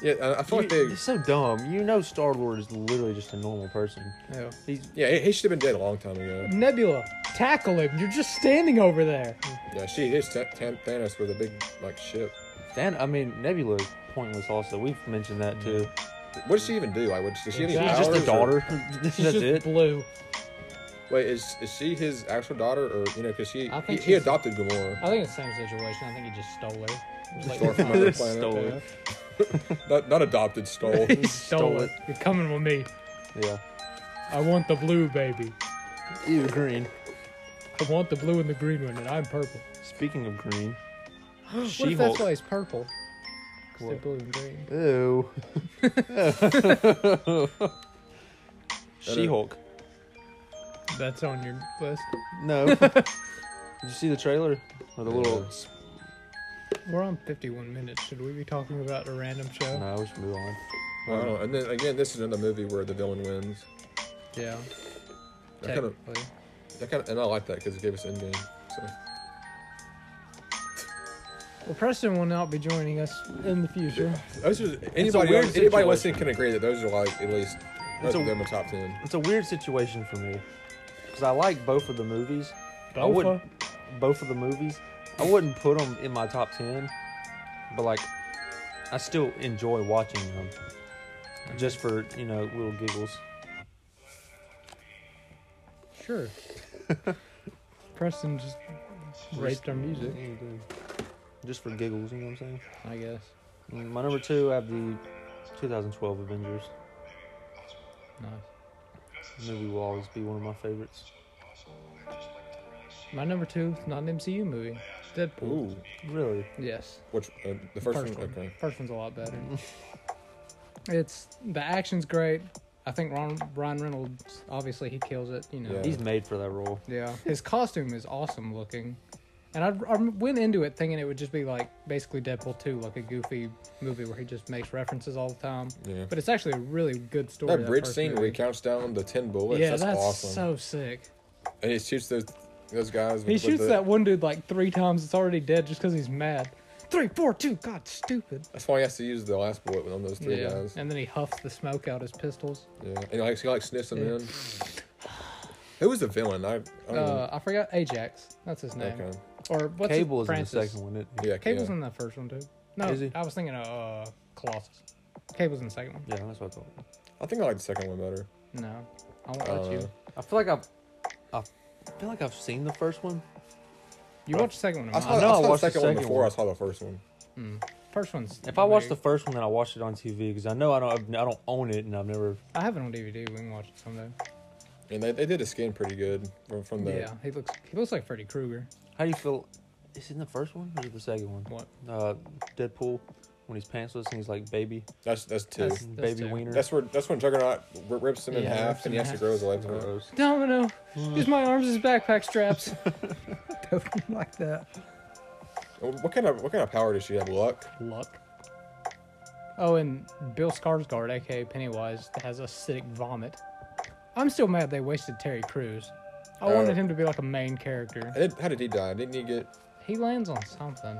Speaker 3: Yeah, I, I feel
Speaker 2: You,
Speaker 3: like they.
Speaker 2: it's so dumb. You know, Star Lord is literally just a normal person.
Speaker 1: Yeah.
Speaker 2: He's
Speaker 3: Yeah, he, he should have been dead a long time ago.
Speaker 1: Nebula, tackle him. You're just standing over there.
Speaker 3: Yeah, she hits Th- Th- Thanos with a big like ship.
Speaker 2: Than I mean, Nebula is pointless. Also, we've mentioned that too.
Speaker 3: What does she even do? Like, what, does she have any
Speaker 1: She's
Speaker 2: He's
Speaker 1: just
Speaker 2: just
Speaker 1: a
Speaker 2: a
Speaker 3: powers, or-
Speaker 2: daughter. That's
Speaker 1: She's just
Speaker 2: it.
Speaker 1: blue.
Speaker 3: Wait, is is she his actual daughter, or you know, because she
Speaker 1: I
Speaker 3: he,
Speaker 1: think
Speaker 3: he
Speaker 1: she's-
Speaker 3: adopted Gamora.
Speaker 1: I think it's the same situation. I think he just stole her. He's like,
Speaker 3: Stole her from
Speaker 1: "Fine."
Speaker 3: another
Speaker 2: Just
Speaker 3: planet.
Speaker 2: stole
Speaker 3: yeah. not, not adopted, stole.
Speaker 1: he stole
Speaker 2: Stole
Speaker 1: it. You're coming with me.
Speaker 2: Yeah.
Speaker 1: I want the blue, baby.
Speaker 2: Ew, green.
Speaker 1: I want the blue and the green one, and I'm purple.
Speaker 2: Speaking of green,
Speaker 1: What
Speaker 2: She
Speaker 1: if that's
Speaker 2: Hulk.
Speaker 1: why he's purple? Because they're
Speaker 2: What?
Speaker 1: blue and green.
Speaker 2: Ew. she Hulk.
Speaker 1: That's on your list.
Speaker 2: No. Did you see the trailer? Or the little.
Speaker 1: We're on 51 minutes. Should we be talking about a random show?
Speaker 2: No, we should move on.
Speaker 3: I don't know. And then again, this is another movie where the villain wins.
Speaker 1: Yeah.
Speaker 3: I kind of,
Speaker 1: Technically.
Speaker 3: I kind of, and I like that because it gave us Endgame. So.
Speaker 1: Well, Preston will not be joining us in the future.
Speaker 3: Those are,
Speaker 2: a
Speaker 3: anybody
Speaker 2: weird
Speaker 3: anybody
Speaker 2: situation.
Speaker 3: listening can agree that those are like at least
Speaker 2: It's
Speaker 3: those
Speaker 2: a-
Speaker 3: are in the top ten.
Speaker 2: It's a weird situation for me. Because I like both of the movies. I
Speaker 1: Both
Speaker 2: wouldn't. Both of the movies. I wouldn't put them in my top 10. But, like, I still enjoy watching them. Just for, you know, little giggles.
Speaker 1: Sure. Preston just raped our music,
Speaker 2: Just for giggles, you know what I'm saying?
Speaker 1: I guess.
Speaker 2: Mm, My number two, I have the 2012 Avengers.
Speaker 1: Nice.
Speaker 2: The movie will always be one of my favorites.
Speaker 1: My number two is not an MCU movie. Deadpool.
Speaker 3: Ooh,
Speaker 2: Really?
Speaker 1: Yes.
Speaker 3: which uh, the first, one?
Speaker 1: one.
Speaker 3: Okay.
Speaker 1: First one's a lot better. it's the action's great. I think Ron, Ryan Reynolds, obviously, he kills it. You know.
Speaker 3: Yeah.
Speaker 2: He's made for that role.
Speaker 1: Yeah, his costume is awesome looking, and I, I went into it thinking it would just be like basically Deadpool two, like a goofy movie where he just makes references all the time.
Speaker 3: Yeah.
Speaker 1: But it's actually a really good story.
Speaker 3: That bridge
Speaker 1: first
Speaker 3: scene where
Speaker 1: movie.
Speaker 3: he counts down the ten bullets.
Speaker 1: yeah,
Speaker 3: that's,
Speaker 1: that's
Speaker 3: awesome.
Speaker 1: so sick.
Speaker 3: and he shoots those those guys.
Speaker 1: He
Speaker 3: with
Speaker 1: shoots
Speaker 3: the,
Speaker 1: that one dude like three times. It's already dead just because he's mad. Three, four, two. God, stupid.
Speaker 3: That's why he has to use the last bullet on those three
Speaker 1: yeah,
Speaker 3: guys.
Speaker 1: and then he huffs the smoke out his pistols.
Speaker 3: yeah, and like he like sniffs them
Speaker 1: Yeah.
Speaker 3: in. Who was the villain? I, I don't
Speaker 1: Uh, I forgot Ajax. That's his
Speaker 3: even,
Speaker 1: name.
Speaker 3: Oh, okay.
Speaker 1: Or what's
Speaker 2: Cable
Speaker 1: his,
Speaker 2: is
Speaker 1: Francis.
Speaker 2: in the second one. Isn't he?
Speaker 3: Yeah,
Speaker 1: Cable's
Speaker 3: yeah.
Speaker 1: in the first one too. No,
Speaker 2: Is he?
Speaker 1: I was thinking of uh, Colossus. Cable's in the second one.
Speaker 2: yeah, that's what I thought.
Speaker 3: I think I like the second one better.
Speaker 1: No, I won't let you.
Speaker 3: Uh,
Speaker 2: I feel like I've, I feel like I've seen the first one.
Speaker 1: You watch the second one.
Speaker 3: I
Speaker 1: I Mm.
Speaker 3: saw,
Speaker 2: know I
Speaker 3: I saw the
Speaker 2: watched the
Speaker 3: second one
Speaker 2: second
Speaker 3: before
Speaker 2: one.
Speaker 3: I saw the first one.
Speaker 1: First one's.
Speaker 2: If I watch the first one, then I watch it on TV because I know I don't, I don't own it, and I've never.
Speaker 1: I have it on DVD. We can watch it someday.
Speaker 3: And they, they did his skin pretty good from, from the.
Speaker 1: Yeah, he looks. He looks like Freddy Krueger.
Speaker 2: How do you feel? Is it in the first one or is it the second one?
Speaker 1: What?
Speaker 2: Uh, Deadpool, when he's pantsless and he's like baby,
Speaker 3: That's that's two.
Speaker 1: That's- Those
Speaker 3: That's,
Speaker 2: baby
Speaker 1: two.
Speaker 2: wiener.
Speaker 3: where that's when Juggernaut r- rips him in
Speaker 1: Yeah, rips
Speaker 3: half and
Speaker 1: him
Speaker 3: he
Speaker 1: in
Speaker 3: has to
Speaker 1: half.
Speaker 3: grow his legs out.
Speaker 2: gross.
Speaker 1: Domino, use my arms as backpack straps. like that.
Speaker 3: What kind of what kind of power does she have? Luck.
Speaker 1: Luck. Oh, and Bill Skarsgård, aka Pennywise, has acidic vomit. I'm still mad they wasted Terry Crews. I
Speaker 3: Uh,
Speaker 1: wanted him to be like a main character.
Speaker 3: How did, how did he die? Didn't he get?
Speaker 1: He lands on something.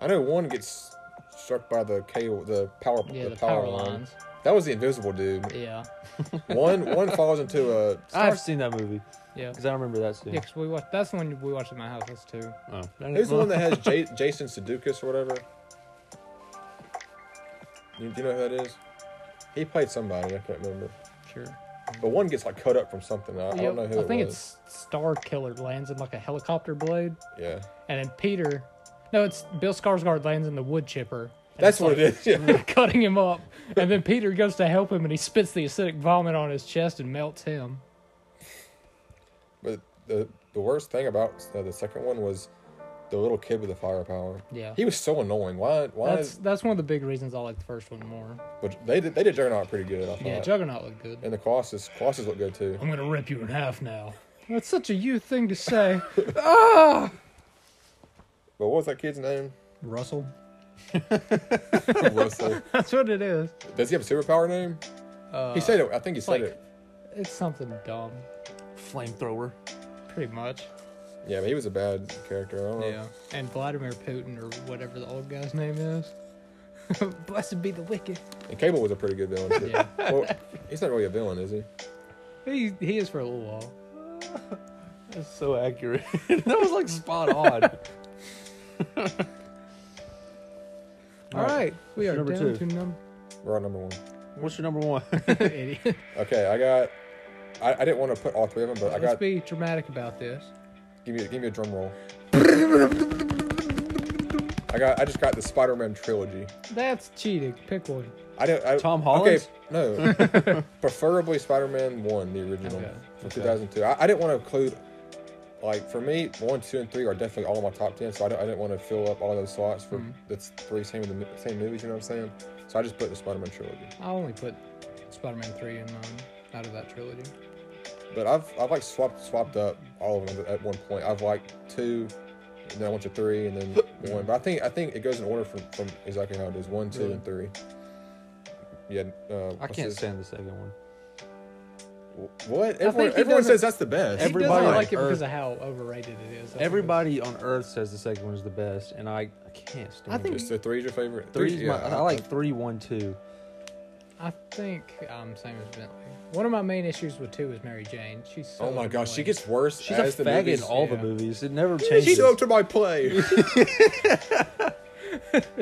Speaker 3: I know one gets struck by the cable, the power,
Speaker 1: Yeah,
Speaker 3: the,
Speaker 1: the
Speaker 3: power,
Speaker 1: power
Speaker 3: line.
Speaker 1: lines.
Speaker 3: That was the invisible dude.
Speaker 1: Yeah,
Speaker 3: one one falls into a.
Speaker 2: I've seen that movie
Speaker 1: yeah.
Speaker 2: because I remember that scene.
Speaker 1: Yeah, 'cause we watched. That's the one we watched at my house. That's two.
Speaker 2: Oh.
Speaker 3: Who's the one that has J- Jason Sudeikis or whatever? You, do you know who that is? He played somebody. I can't remember.
Speaker 1: Sure.
Speaker 3: But one gets like cut up from something. I, I don't know who
Speaker 1: I
Speaker 3: it
Speaker 1: think
Speaker 3: was.
Speaker 1: it's Star Killer lands in like a helicopter blade,
Speaker 3: Yeah.
Speaker 1: and then Peter, no, it's Bill Skarsgård lands in the wood chipper. and
Speaker 3: That's
Speaker 1: it's like
Speaker 3: what it is. Yeah.
Speaker 1: Cutting him up, and then Peter goes to help him, and he spits the acidic vomit on his chest and melts him.
Speaker 3: but the the worst thing about uh, the second one was the little kid with the firepower.
Speaker 1: Yeah.
Speaker 3: He was so annoying. Why? Why?
Speaker 1: That's
Speaker 3: Is,
Speaker 1: that's one of the big reasons I like the first one more.
Speaker 3: but they did, they did Juggernaut pretty good. I thought.
Speaker 1: Yeah, Juggernaut looked good.
Speaker 3: and the Colossus Colossus looked good too.
Speaker 1: I'm gonna rip you in half now. That's such a you thing to say,
Speaker 3: But what was that kid's name?
Speaker 1: Russell.
Speaker 3: Russell.
Speaker 1: That's what it is.
Speaker 3: Does he have a superpower name? he said it. I think he said
Speaker 1: Uh, like-
Speaker 3: it.
Speaker 1: It's something dumb,
Speaker 2: Flamethrower.
Speaker 1: pretty much.
Speaker 3: Yeah, but he was a bad character. I don't know.
Speaker 1: And Vladimir Putin or whatever the old guy's name is. Blessed be the wicked.
Speaker 3: And Cable was a pretty good villain. Too.
Speaker 1: Yeah.
Speaker 3: Well, he's not really a villain, is he?
Speaker 1: He he is for a little while.
Speaker 2: That's so accurate. that was like spot on.
Speaker 1: All right, we are
Speaker 2: number
Speaker 1: down
Speaker 2: two?
Speaker 1: to number.
Speaker 3: We're on number one.
Speaker 2: What's your number one?
Speaker 1: Idiot.
Speaker 3: Okay, I got. I, I didn't want to put all three of them, but I
Speaker 1: Let's
Speaker 3: got.
Speaker 1: be dramatic about this.
Speaker 3: Give me, give me a drum roll. I got. I just got the Spider-Man trilogy.
Speaker 1: That's cheating. Pick one.
Speaker 3: I don't. I,
Speaker 2: Tom
Speaker 3: Okay,
Speaker 2: Holland's?
Speaker 3: no. Preferably Spider-Man One, the original
Speaker 1: Okay.
Speaker 3: from 2002. I, I didn't want to include. Like for me, one, two, and three are definitely all in my top ten. So I, don't, I didn't want to fill up all those slots for
Speaker 1: Mm.
Speaker 3: the three same of the mo- same movies. You know what I'm saying? So I just put the Spider-Man trilogy.
Speaker 1: I only put Spider-Man three in mine out of that trilogy.
Speaker 3: But I've I've like swapped swapped up all of them at one point. I've like two, and then I went to three, and then one. But I think I think it goes in order from, from exactly how it is: one, two, and three. Yeah. Uh,
Speaker 2: I
Speaker 3: what's
Speaker 2: can't
Speaker 3: his-
Speaker 2: stand the second one.
Speaker 3: What everyone,
Speaker 1: he
Speaker 3: everyone
Speaker 1: doesn't-
Speaker 3: says that's the best.
Speaker 1: He doesn't
Speaker 2: Everybody on
Speaker 1: like it because
Speaker 2: Earth-
Speaker 1: of how overrated it is. That's what it is.
Speaker 2: Everybody on Earth says the second one is the best, and I, I can't stand
Speaker 1: I think-
Speaker 2: it.
Speaker 3: So three's your favorite.
Speaker 2: Three's
Speaker 3: yeah,
Speaker 2: my, I, like three, one, two.
Speaker 1: I think um, same as Bentley. One of my main issues with two is Mary Jane. She's so
Speaker 3: Oh my gosh, she
Speaker 1: annoying.
Speaker 3: gets worse
Speaker 2: She's
Speaker 3: as
Speaker 2: a
Speaker 3: the
Speaker 2: faggot
Speaker 3: movies.
Speaker 2: in all
Speaker 1: yeah.
Speaker 2: the movies. It never changes.
Speaker 3: She up to my play.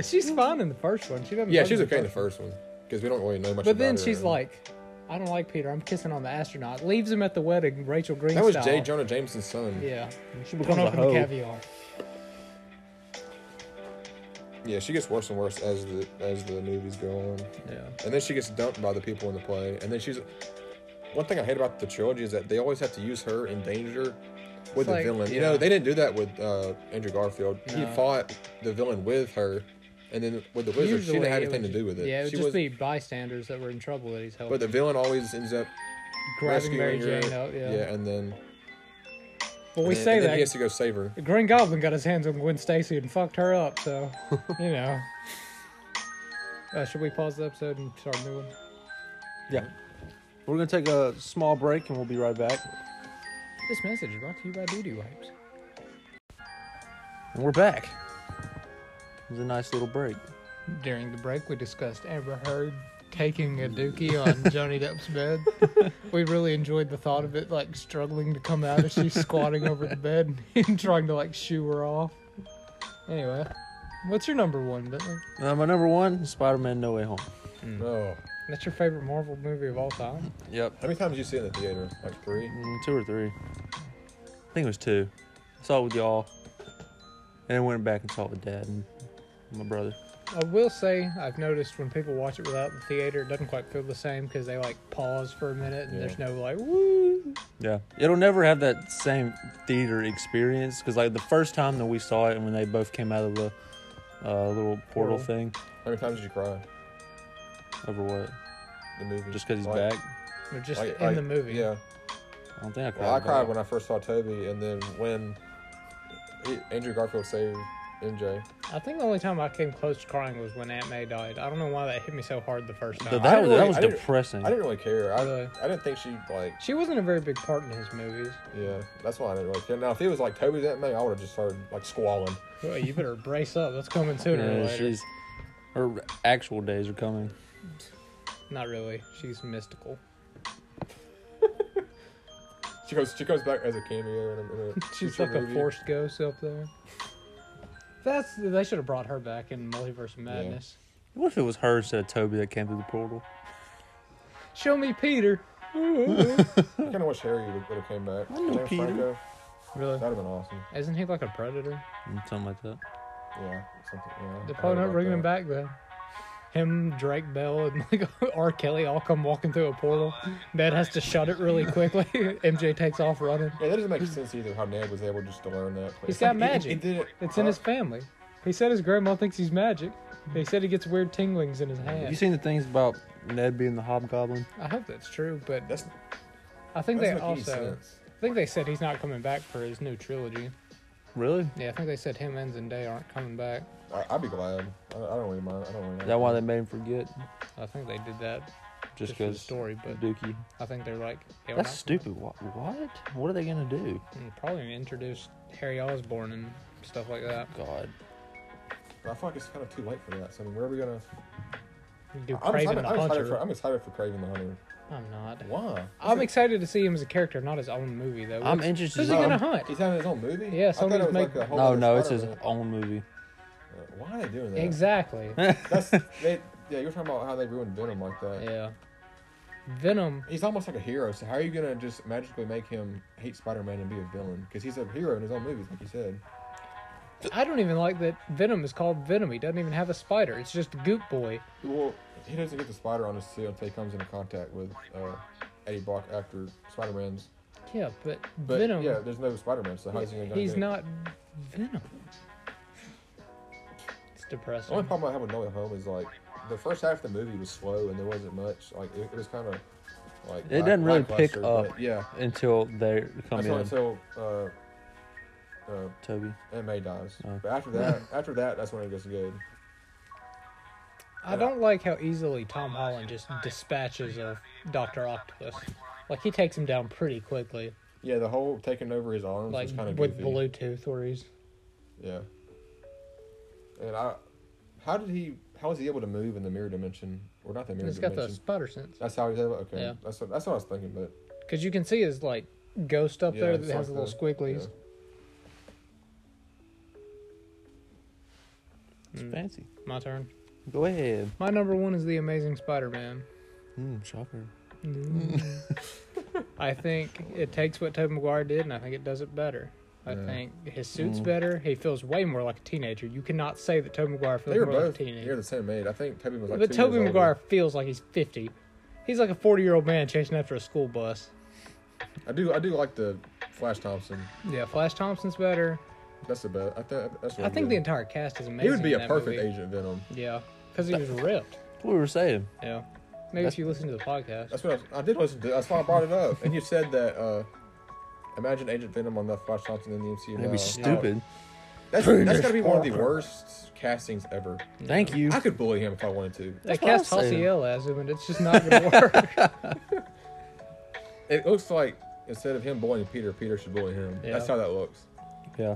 Speaker 1: she's fine in the first one. She doesn't.
Speaker 3: yeah,
Speaker 1: bug
Speaker 3: she's
Speaker 1: me
Speaker 3: okay in the
Speaker 1: much.
Speaker 3: first one because we don't really know much.
Speaker 1: But then
Speaker 3: about her,
Speaker 1: she's
Speaker 3: and-
Speaker 1: like, I don't like Peter. I'm kissing on the astronaut. Leaves him at the wedding. Rachel Green.
Speaker 3: that was
Speaker 1: style.
Speaker 3: Jay Jonah Jameson's son.
Speaker 1: Yeah.
Speaker 2: she
Speaker 1: Don't
Speaker 2: becomes a
Speaker 1: open the
Speaker 2: hoe.
Speaker 1: caviar.
Speaker 3: Yeah, she gets worse and worse as the as the movies go on.
Speaker 1: Yeah.
Speaker 3: and then she gets dumped by the people in the play. And then she's one thing I hate about the trilogy is that they always have to use her in danger with the
Speaker 1: like,
Speaker 3: villain. You
Speaker 1: yeah.
Speaker 3: know, they didn't do that with uh, Andrew Garfield. He
Speaker 1: No.
Speaker 3: fought the villain with her, and then with the wizard, she
Speaker 1: Usually
Speaker 3: didn't have
Speaker 1: it
Speaker 3: anything
Speaker 1: would
Speaker 3: to do with it.
Speaker 1: Yeah, it would
Speaker 3: she
Speaker 1: just
Speaker 3: was,
Speaker 1: be bystanders that were in trouble that he's helping.
Speaker 3: But the villain always ends up
Speaker 1: grabbing
Speaker 3: rescuing
Speaker 1: Mary
Speaker 3: her.
Speaker 1: Jane up. Yeah.
Speaker 3: and then
Speaker 1: But we
Speaker 3: and then-
Speaker 1: say
Speaker 3: and then
Speaker 1: that.
Speaker 3: he has to go save her.
Speaker 1: the Green Goblin got his hands on Gwen Stacy and fucked her up. So, you know. Uh, should we pause the episode and start a new one?
Speaker 2: Yeah. We're gonna take a small break and we'll be right back.
Speaker 1: This message is brought to you by Duty Wipes.
Speaker 2: And we're back. It was a nice little break.
Speaker 1: During the break, we discussed Amber Heard taking a dookie on Johnny Depp's bed. We really enjoyed the thought of it, like struggling to come out as she's squatting over the bed and trying to like shoo her off. Anyway, what's your number one, Bentley?
Speaker 2: Uh, my number one, Spider-Man: No Way Home.
Speaker 3: Oh,
Speaker 1: That's your favorite Marvel movie of all time?
Speaker 2: Yep.
Speaker 3: how many times did you see it in the theater? Like three.
Speaker 2: Mm, two or three. I think it was two. I saw it with y'all, and then went back and saw it with Dad and my brother.
Speaker 1: I will say I've noticed when people watch it without the theater, it doesn't quite feel the same because they like pause for a minute and
Speaker 3: Yeah.
Speaker 1: there's no like woo.
Speaker 2: Yeah, it'll never have that same theater experience because like the first time that we saw it and when they both came out of the uh, little
Speaker 1: Portal.
Speaker 2: portal thing
Speaker 3: How many times did you cry?
Speaker 2: over what?
Speaker 3: The movie.
Speaker 2: Just because he's
Speaker 3: Like-
Speaker 2: back.
Speaker 1: They're just
Speaker 3: like-
Speaker 1: in
Speaker 3: like-
Speaker 1: the movie.
Speaker 3: Yeah.
Speaker 2: I don't think I cried.
Speaker 3: Well, I
Speaker 2: but-
Speaker 3: cried when I first saw Toby, and then when he- Andrew Garfield saved MJ.
Speaker 1: I think the only time I came close to crying was when Aunt May died. I don't know why that hit me so hard the first time.
Speaker 2: Th-
Speaker 3: I
Speaker 2: that,
Speaker 3: didn't
Speaker 2: was,
Speaker 3: really-
Speaker 2: that was
Speaker 3: I didn't-
Speaker 2: depressing.
Speaker 3: I didn't really care. I,
Speaker 1: Really?
Speaker 3: I didn't think she like.
Speaker 1: she wasn't a very big part in his movies.
Speaker 3: Yeah, that's why I didn't really care. Now, if it was like Toby that May, I would have just started like squalling.
Speaker 1: Well, you better brace up. That's coming sooner or
Speaker 2: Yeah,
Speaker 1: later.
Speaker 2: she's her actual days are coming.
Speaker 1: Not really. She's mystical.
Speaker 3: She goes, she goes back as a cameo in a, in a
Speaker 1: She's
Speaker 3: future
Speaker 1: like a
Speaker 3: movie.
Speaker 1: forced ghost up there. That's they should have brought her back in Multiverse of Madness.
Speaker 4: What if it was her instead of Toby that came through the portal?
Speaker 1: Show me Peter.
Speaker 3: I kind of wish Harry would would have came back.
Speaker 4: I know
Speaker 3: James
Speaker 4: Peter.
Speaker 3: Franco,
Speaker 1: Really?
Speaker 3: that'd have been awesome.
Speaker 1: Isn't he like a predator?
Speaker 4: Mm, Something like that.
Speaker 3: Yeah, something. Yeah.
Speaker 1: They're probably not bringing him back though. Him, Drake Bell, and like R. Kelly all come walking through a portal. Ned has to shut it really quickly. MJ takes off running.
Speaker 3: Yeah, that doesn't make sense either. How Ned was able just to learn that.
Speaker 1: He's
Speaker 3: It's
Speaker 1: got
Speaker 3: like,
Speaker 1: magic.
Speaker 3: did it-
Speaker 1: It's in his family. He said his grandma thinks he's magic. They said he gets weird tinglings in his
Speaker 2: You
Speaker 1: hand.
Speaker 2: seen the things about Ned being the hobgoblin?
Speaker 1: I hope that's true, but
Speaker 3: That's,
Speaker 1: I think they
Speaker 3: doesn't make any
Speaker 1: also
Speaker 3: sense.
Speaker 1: I think they said he's not coming back for his new trilogy.
Speaker 2: Really?
Speaker 1: Yeah, I think they said him and Zendaya aren't coming back.
Speaker 3: I, I'd be glad. I, I don't really mind. I don't really.
Speaker 2: Is that why they made him forget?
Speaker 1: I think they did that just
Speaker 2: Just
Speaker 1: for the
Speaker 2: because
Speaker 1: story, but
Speaker 2: Dookie.
Speaker 1: I think they're like yeah, we're
Speaker 2: That's
Speaker 1: not-
Speaker 2: stupid. What? What? What are they gonna do?
Speaker 1: and probably introduced Harry Osborn and stuff like that.
Speaker 2: God.
Speaker 3: I feel like it's kind of too late for that. So I mean, where are we gonna?
Speaker 1: Do
Speaker 3: I'm
Speaker 1: Craven
Speaker 3: excited,
Speaker 1: the
Speaker 3: I'm,
Speaker 1: Hunter.
Speaker 3: excited for, I'm excited for Craven the Hunter.
Speaker 1: I'm not.
Speaker 3: Why?
Speaker 1: I'm excited to see him as a character, not his own movie though.
Speaker 2: I'm
Speaker 1: What's-
Speaker 2: interested
Speaker 1: Who's
Speaker 2: to
Speaker 1: he
Speaker 2: see
Speaker 1: gonna
Speaker 2: him.
Speaker 1: hunt?
Speaker 3: um, He's having his own movie.
Speaker 1: Yeah,
Speaker 3: I thought
Speaker 1: Sony's
Speaker 3: it was like
Speaker 1: making-
Speaker 3: a whole
Speaker 2: No,
Speaker 3: other
Speaker 2: no, it's his
Speaker 3: Spider-Man.
Speaker 2: own movie.
Speaker 3: Uh, Why are they doing that?
Speaker 1: Exactly.
Speaker 3: That's they. Yeah, you're talking about how they ruined Venom like that.
Speaker 1: yeah. Venom.
Speaker 3: He's almost like a hero. So how are you gonna just magically make him hate Spider-Man and be a villain? Because he's a hero in his own movies, like you said.
Speaker 1: I don't even like that Venom is called Venom. He doesn't even have a spider. It's just Goop Boy.
Speaker 3: Well, he doesn't get the spider on his seal until he comes into contact with uh, Eddie Brock after Spider-Man's.
Speaker 1: Yeah, but,
Speaker 3: But
Speaker 1: Venom.
Speaker 3: yeah, there's no Spider-Man, so how's he gonna?
Speaker 1: he's
Speaker 3: get it?
Speaker 1: not Venom. It's
Speaker 3: The only
Speaker 1: depressing.
Speaker 3: problem I have with No Way Home is like the first half of the movie was slow and there wasn't much. Like it, it was kind of like
Speaker 4: It
Speaker 3: lack-
Speaker 4: doesn't really pick
Speaker 3: lackluster, but
Speaker 4: up.
Speaker 3: Yeah,
Speaker 4: Until they come
Speaker 3: that's
Speaker 4: in.
Speaker 3: not until uh, uh,
Speaker 4: Toby.
Speaker 3: Aunt May dies.
Speaker 4: Oh.
Speaker 3: But after that, after that, that's when it gets good.
Speaker 1: I don't like how easily Tom Holland just dispatches of Doctor Octopus. Like he takes him down pretty quickly,
Speaker 3: Yeah, the whole taking over his arms
Speaker 1: like
Speaker 3: was kind of
Speaker 1: with
Speaker 3: goofy.
Speaker 1: Bluetooth, or he's
Speaker 3: Yeah. And I, how did he? How was he able to move in the mirror dimension? Or not the mirror
Speaker 1: he's got
Speaker 3: dimension?
Speaker 1: the spider sense.
Speaker 3: That's how he's able. Okay,
Speaker 1: Yeah.
Speaker 3: that's what, that's what I was thinking, but
Speaker 1: Because you can see his like ghost up
Speaker 3: Yeah,
Speaker 1: there
Speaker 3: it's
Speaker 1: that has the
Speaker 3: like
Speaker 1: little
Speaker 3: the-
Speaker 1: squigglies.
Speaker 4: It's fancy.
Speaker 1: My turn.
Speaker 4: Go ahead.
Speaker 1: My number one is the Amazing Spider-Man.
Speaker 4: Mm, shocker.
Speaker 1: I think it takes what Tobey Maguire did, and I think it does it better. I think his suit's
Speaker 3: Mm.
Speaker 1: better. He feels way more like a teenager. You cannot say that Tobey Maguire feels
Speaker 3: they were
Speaker 1: more
Speaker 3: both
Speaker 1: like a teenager.
Speaker 3: near the same age. I think Toby was like.
Speaker 1: but
Speaker 3: two years
Speaker 1: Tobey
Speaker 3: older.
Speaker 1: Maguire feels like he's 50. He's like a 40 year old man chasing after a school bus.
Speaker 3: I do. I do like the Flash Thompson.
Speaker 1: Yeah, Flash Thompson's better.
Speaker 3: That's the best. I, th- that's
Speaker 1: I
Speaker 3: really
Speaker 1: think the
Speaker 3: good.
Speaker 1: entire cast is amazing.
Speaker 3: he would be
Speaker 1: in
Speaker 3: a
Speaker 1: that
Speaker 3: perfect
Speaker 1: movie.
Speaker 3: Agent Venom.
Speaker 1: Yeah, because he was ripped.
Speaker 4: That's what we were saying.
Speaker 1: Yeah. Maybe if you listen to the podcast.
Speaker 3: That's what I, was, I did listen to. That's why I brought it up. And you said that. uh Imagine Agent Venom on the Flash Thompson in the MCU.
Speaker 4: That'd
Speaker 3: now.
Speaker 4: be stupid.
Speaker 3: That's, that's gotta be one of the worst castings ever.
Speaker 4: Thank you.
Speaker 3: I could bully him if I wanted to.
Speaker 4: what
Speaker 1: They
Speaker 4: I
Speaker 1: cast
Speaker 4: was saying.
Speaker 1: Hosiel as him, and it's just not going to work.
Speaker 3: It looks like instead of him bullying Peter, Peter should bully him.
Speaker 1: Yeah.
Speaker 3: That's how that looks.
Speaker 4: Yeah.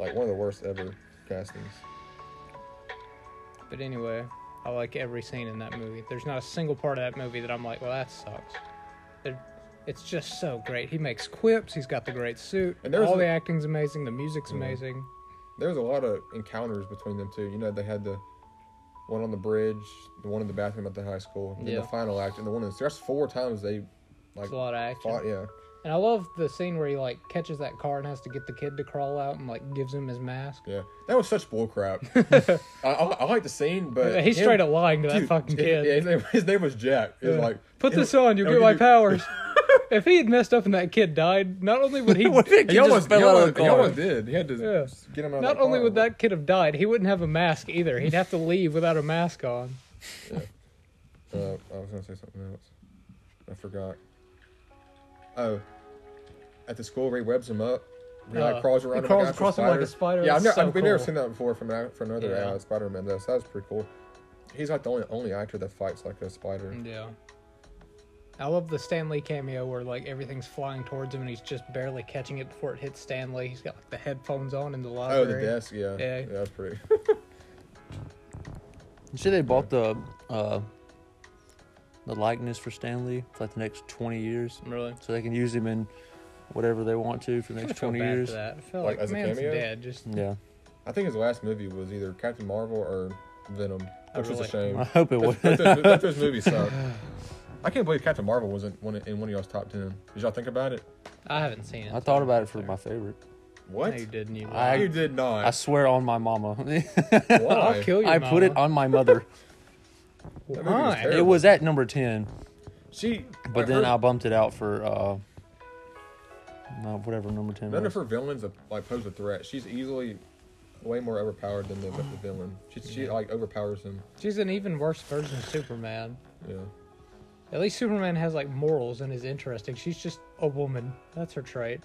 Speaker 3: Like one of the worst ever castings.
Speaker 1: but anyway, I like every scene in that movie. There's not a single part of that movie that I'm like, well, that sucks. They're- it's just so great. He makes quips. He's got the great suit.
Speaker 3: And there was
Speaker 1: All
Speaker 3: a- Mm-hmm.
Speaker 1: the acting's amazing. The music's amazing.
Speaker 3: There was a lot of encounters between them two. You know, they had the one on the bridge, the one in the bathroom at the high school, and then
Speaker 1: Yeah.
Speaker 3: the final act, and the one in the that's four times they like
Speaker 1: It's a lot of action.
Speaker 3: fought. Yeah,
Speaker 1: And I love the scene where he like catches that car and has to get the kid to crawl out and like gives him his mask.
Speaker 3: yeah. That was such bullcrap. I, I, I like the scene, but
Speaker 1: He's
Speaker 3: Uh, him-
Speaker 1: straight up lying to that
Speaker 3: dude,
Speaker 1: fucking
Speaker 3: his-
Speaker 1: kid.
Speaker 3: Yeah, his name, his name was Jack. It was
Speaker 1: Yeah.
Speaker 3: like
Speaker 1: Put
Speaker 3: it
Speaker 1: this
Speaker 3: was-
Speaker 1: on, you'll
Speaker 3: it'll
Speaker 1: get
Speaker 3: give
Speaker 1: my
Speaker 3: you-
Speaker 1: powers. if he had messed up and that kid died, not only would he
Speaker 4: He
Speaker 3: He almost,
Speaker 4: just
Speaker 3: he,
Speaker 4: fell out of
Speaker 3: almost,
Speaker 4: the
Speaker 3: he
Speaker 4: car.
Speaker 3: almost did. He had to
Speaker 1: Yeah.
Speaker 3: get him out. of
Speaker 1: not
Speaker 3: the
Speaker 1: only
Speaker 3: car.
Speaker 1: would that kid have died, he wouldn't have a mask either. He'd have to leave without a mask on.
Speaker 3: Uh, I was gonna say something else. I forgot. Oh, at the school where he webs him up. He like
Speaker 1: Uh,
Speaker 3: crawls
Speaker 1: he
Speaker 3: around. him
Speaker 1: crawls
Speaker 3: like
Speaker 1: across him like a spider,
Speaker 3: Yeah, I've,
Speaker 1: it's
Speaker 3: never,
Speaker 1: so
Speaker 3: I've- we've never
Speaker 1: cool.
Speaker 3: seen that before from a- from another
Speaker 1: Yeah.
Speaker 3: uh, Spider-Man though. So that was pretty cool. He's like the only only actor that fights like a spider.
Speaker 1: Yeah. I love the Stanley cameo where like everything's flying towards him and he's just barely catching it before it hits Stanley. He's got like the headphones on in the
Speaker 3: Oh,
Speaker 1: library.
Speaker 3: the desk. Yeah,
Speaker 1: Yeah.
Speaker 3: yeah, that's pretty.
Speaker 4: You see, they bought the uh, the likeness for Stanley for like the next twenty years,
Speaker 1: Really?
Speaker 4: so they can use him in whatever they want to for the
Speaker 1: I
Speaker 4: next
Speaker 1: feel
Speaker 4: twenty
Speaker 1: bad
Speaker 4: years.
Speaker 1: for that. I felt
Speaker 3: Like,
Speaker 1: like,
Speaker 3: as a
Speaker 1: man's
Speaker 3: cameo?
Speaker 1: dead. Just
Speaker 4: Yeah,
Speaker 3: I think his last movie was either Captain Marvel or Venom, which
Speaker 1: I
Speaker 3: was a
Speaker 1: really-
Speaker 3: shame.
Speaker 2: I hope it was.
Speaker 3: Both those- both those movies suck. I can't believe Captain Marvel wasn't one in one of y'all's top ten. Did y'all think about it?
Speaker 1: I haven't seen it.
Speaker 2: I thought about it for
Speaker 1: There.
Speaker 2: my favorite.
Speaker 3: What?
Speaker 1: No, you didn't. You
Speaker 2: I-
Speaker 1: lied.
Speaker 3: you did not.
Speaker 2: I swear on my mama.
Speaker 3: Why?
Speaker 1: I'll kill you.
Speaker 2: I put it
Speaker 1: mama.
Speaker 2: on my mother.
Speaker 3: That movie was
Speaker 1: Why?
Speaker 3: terrible.
Speaker 2: it was at number ten,
Speaker 3: She.
Speaker 2: but then
Speaker 3: her,
Speaker 2: I bumped it out for uh, no, whatever number ten.
Speaker 3: none
Speaker 2: Was.
Speaker 3: of her villains uh, like pose a threat. She's easily way more overpowered than the, the villain. She, she like overpowers him.
Speaker 1: She's an even worse version of Superman.
Speaker 3: Yeah.
Speaker 1: At least Superman has like morals and is interesting. She's just a woman. That's her trait.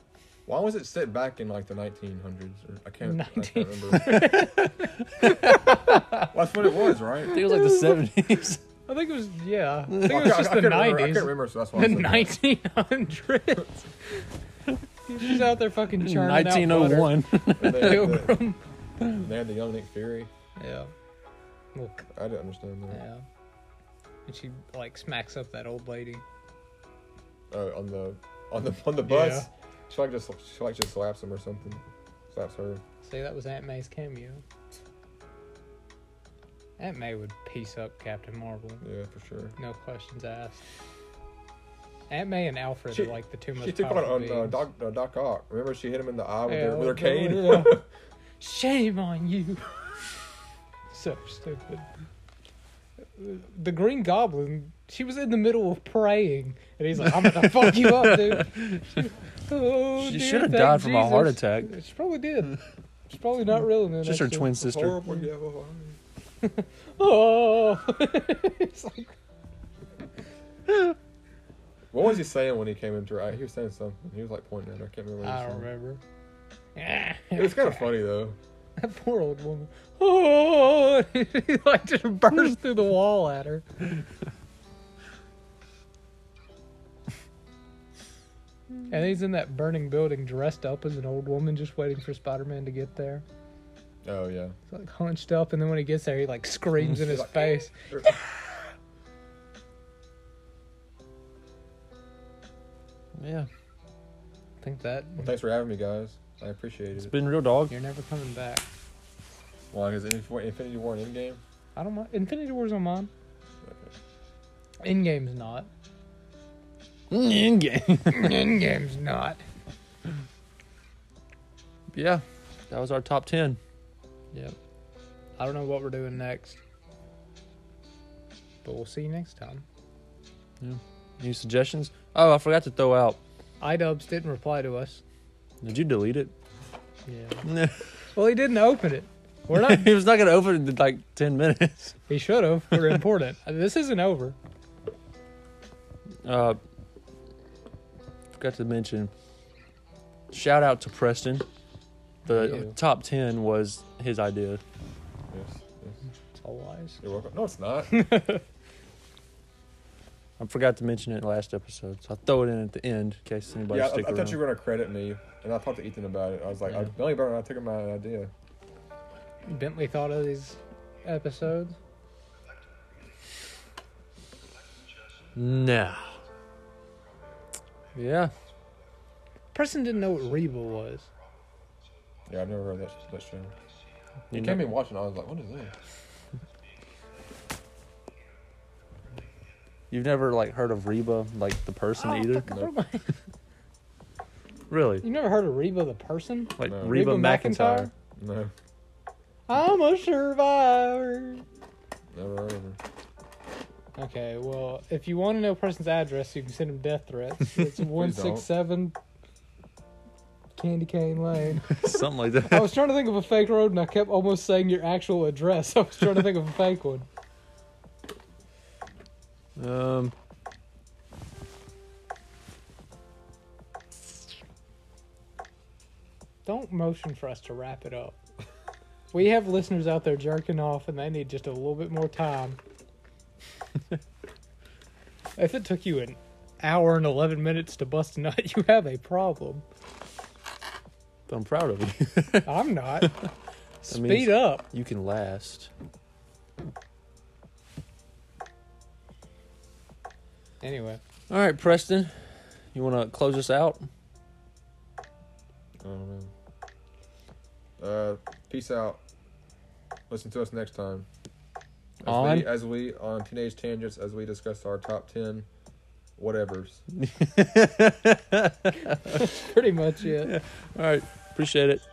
Speaker 3: Why was it set back in like the 1900s? Or, I can't. I
Speaker 1: 19.
Speaker 3: can't remember. well, that's what it was, right?
Speaker 2: I think it was like the seventies.
Speaker 1: I think it was yeah. I think it
Speaker 3: Well,
Speaker 1: was
Speaker 3: I- I
Speaker 1: just the
Speaker 3: couldn't remember- I couldn't
Speaker 1: nineties.
Speaker 3: remember, so that's why
Speaker 1: The
Speaker 3: I said that.
Speaker 1: nineteen hundreds. She's out there fucking churning out butter.
Speaker 2: Nineteen oh one.
Speaker 3: And They had, the, they had the young Nick Fury.
Speaker 1: Yeah. Look.
Speaker 3: I didn't understand that.
Speaker 1: Yeah. And she like smacks up that old lady.
Speaker 3: Oh, on the on the on the bus,
Speaker 1: Yeah.
Speaker 3: she like just she like just slaps him or something. Slaps her.
Speaker 1: See, that was Aunt May's cameo. Aunt May would piece up Captain Marvel.
Speaker 3: Yeah, for sure.
Speaker 1: No questions asked. Aunt May and Alfred
Speaker 3: She-
Speaker 1: are like the two most
Speaker 3: She took on
Speaker 1: powerful
Speaker 3: on uh,
Speaker 1: beings.
Speaker 3: Doc uh, Doc Ock. Remember, she hit him in the eye with,
Speaker 1: Yeah,
Speaker 3: her, with her
Speaker 1: with
Speaker 3: cane.
Speaker 1: the- Shame on you. so stupid. The Green Goblin, she was in the middle of praying, and he's like, "I'm gonna fuck you up, dude." She, oh,
Speaker 2: She
Speaker 1: dear,
Speaker 2: should have
Speaker 1: thank
Speaker 2: died from a heart
Speaker 1: Jesus.
Speaker 2: attack.
Speaker 1: She probably did. She's probably not real. in that
Speaker 2: Just her
Speaker 1: accident.
Speaker 2: twin sister.
Speaker 3: Horrible, yeah, well,
Speaker 1: Oh, it's like
Speaker 3: What was he saying when he came into her? eye? He was saying something. He was like pointing at her. I can't remember. What
Speaker 1: I
Speaker 3: he was
Speaker 1: don't
Speaker 3: saying.
Speaker 1: remember.
Speaker 3: It was kind of funny though.
Speaker 1: That poor old woman. Oh, he like just burst through the wall at her. and he's in that burning building dressed up as an old woman just waiting for Spider Man to get there.
Speaker 3: Oh yeah.
Speaker 1: He's like hunched up, and then when he gets there, he like screams in his
Speaker 3: like,
Speaker 1: face.
Speaker 2: Yeah,
Speaker 1: I think that
Speaker 3: Well, thanks for having me, guys. I appreciate
Speaker 2: it's
Speaker 3: it.
Speaker 2: been real dog.
Speaker 1: you're never coming back.
Speaker 3: Well, is it Infinity Infinity War and Endgame?
Speaker 1: I don't mind. Infinity War's on mine. Endgame's not.
Speaker 2: In game.
Speaker 1: Endgame's not.
Speaker 2: Yeah, that was our top ten.
Speaker 1: Yep. I don't know what we're doing next. But we'll see you next time.
Speaker 2: Any suggestions? Oh, I forgot to throw out.
Speaker 1: iDubbbz didn't reply to us.
Speaker 2: Did you delete it?
Speaker 1: Yeah.
Speaker 2: No.
Speaker 1: Well, he didn't open it. We're not.
Speaker 2: he was not gonna open it in like ten minutes.
Speaker 1: he should have. We're important. Uh, This isn't over.
Speaker 2: Uh, forgot to mention. Shout out to Preston. The
Speaker 1: Ew.
Speaker 2: top ten was his idea.
Speaker 3: Yes. yes.
Speaker 1: It's all lies.
Speaker 3: You're welcome. No, it's not.
Speaker 2: I forgot to mention it last episode, so I'll throw it in at the end in case anybody
Speaker 3: yeah, I,
Speaker 2: stick
Speaker 3: I
Speaker 2: around.
Speaker 3: thought you were gonna credit me, and I talked to Ethan about it. I was like, I,
Speaker 2: Yeah.
Speaker 3: Billy Burton, I took him my idea.
Speaker 1: Bentley thought of these episodes.
Speaker 2: No. Yeah,
Speaker 1: Preston didn't know what Reba was.
Speaker 3: Yeah, I've never heard that that show.
Speaker 2: you
Speaker 3: He
Speaker 2: know,
Speaker 3: came in watching. I was like, what is this?
Speaker 2: you've never like heard of Reba, like Oh, the person either.
Speaker 1: fuck, I forgot.
Speaker 2: Really,
Speaker 1: You never heard of Reba the person?
Speaker 2: like
Speaker 3: No.
Speaker 2: Reba,
Speaker 1: Reba
Speaker 2: McIntyre.
Speaker 1: McEntire?
Speaker 3: No,
Speaker 1: I'm a survivor.
Speaker 3: never heard of it.
Speaker 1: Okay, well, if you want to know a person's address, you can send him death threats. It's 167 Candy Cane Lane.
Speaker 2: something like
Speaker 1: I
Speaker 2: that.
Speaker 1: was trying to think of a fake road and I kept almost saying your actual address. I was trying to think of a fake one.
Speaker 2: Um,
Speaker 1: Don't motion for us to wrap it up. We have listeners out there jerking off and they need just a little bit more time. if it took you an hour and 11 minutes to bust a nut, you have a problem.
Speaker 2: I'm proud of you.
Speaker 1: I'm not. Speed
Speaker 2: means-
Speaker 1: up.
Speaker 2: You can last.
Speaker 1: Anyway.
Speaker 2: All right, Preston, you want to close us out?
Speaker 3: I don't know. Uh, peace out. Listen to us next time. As
Speaker 1: On?
Speaker 3: we, as we on teenage tangents, as we discuss our top ten, whatever's.
Speaker 2: Pretty much it.
Speaker 1: All right. Appreciate it.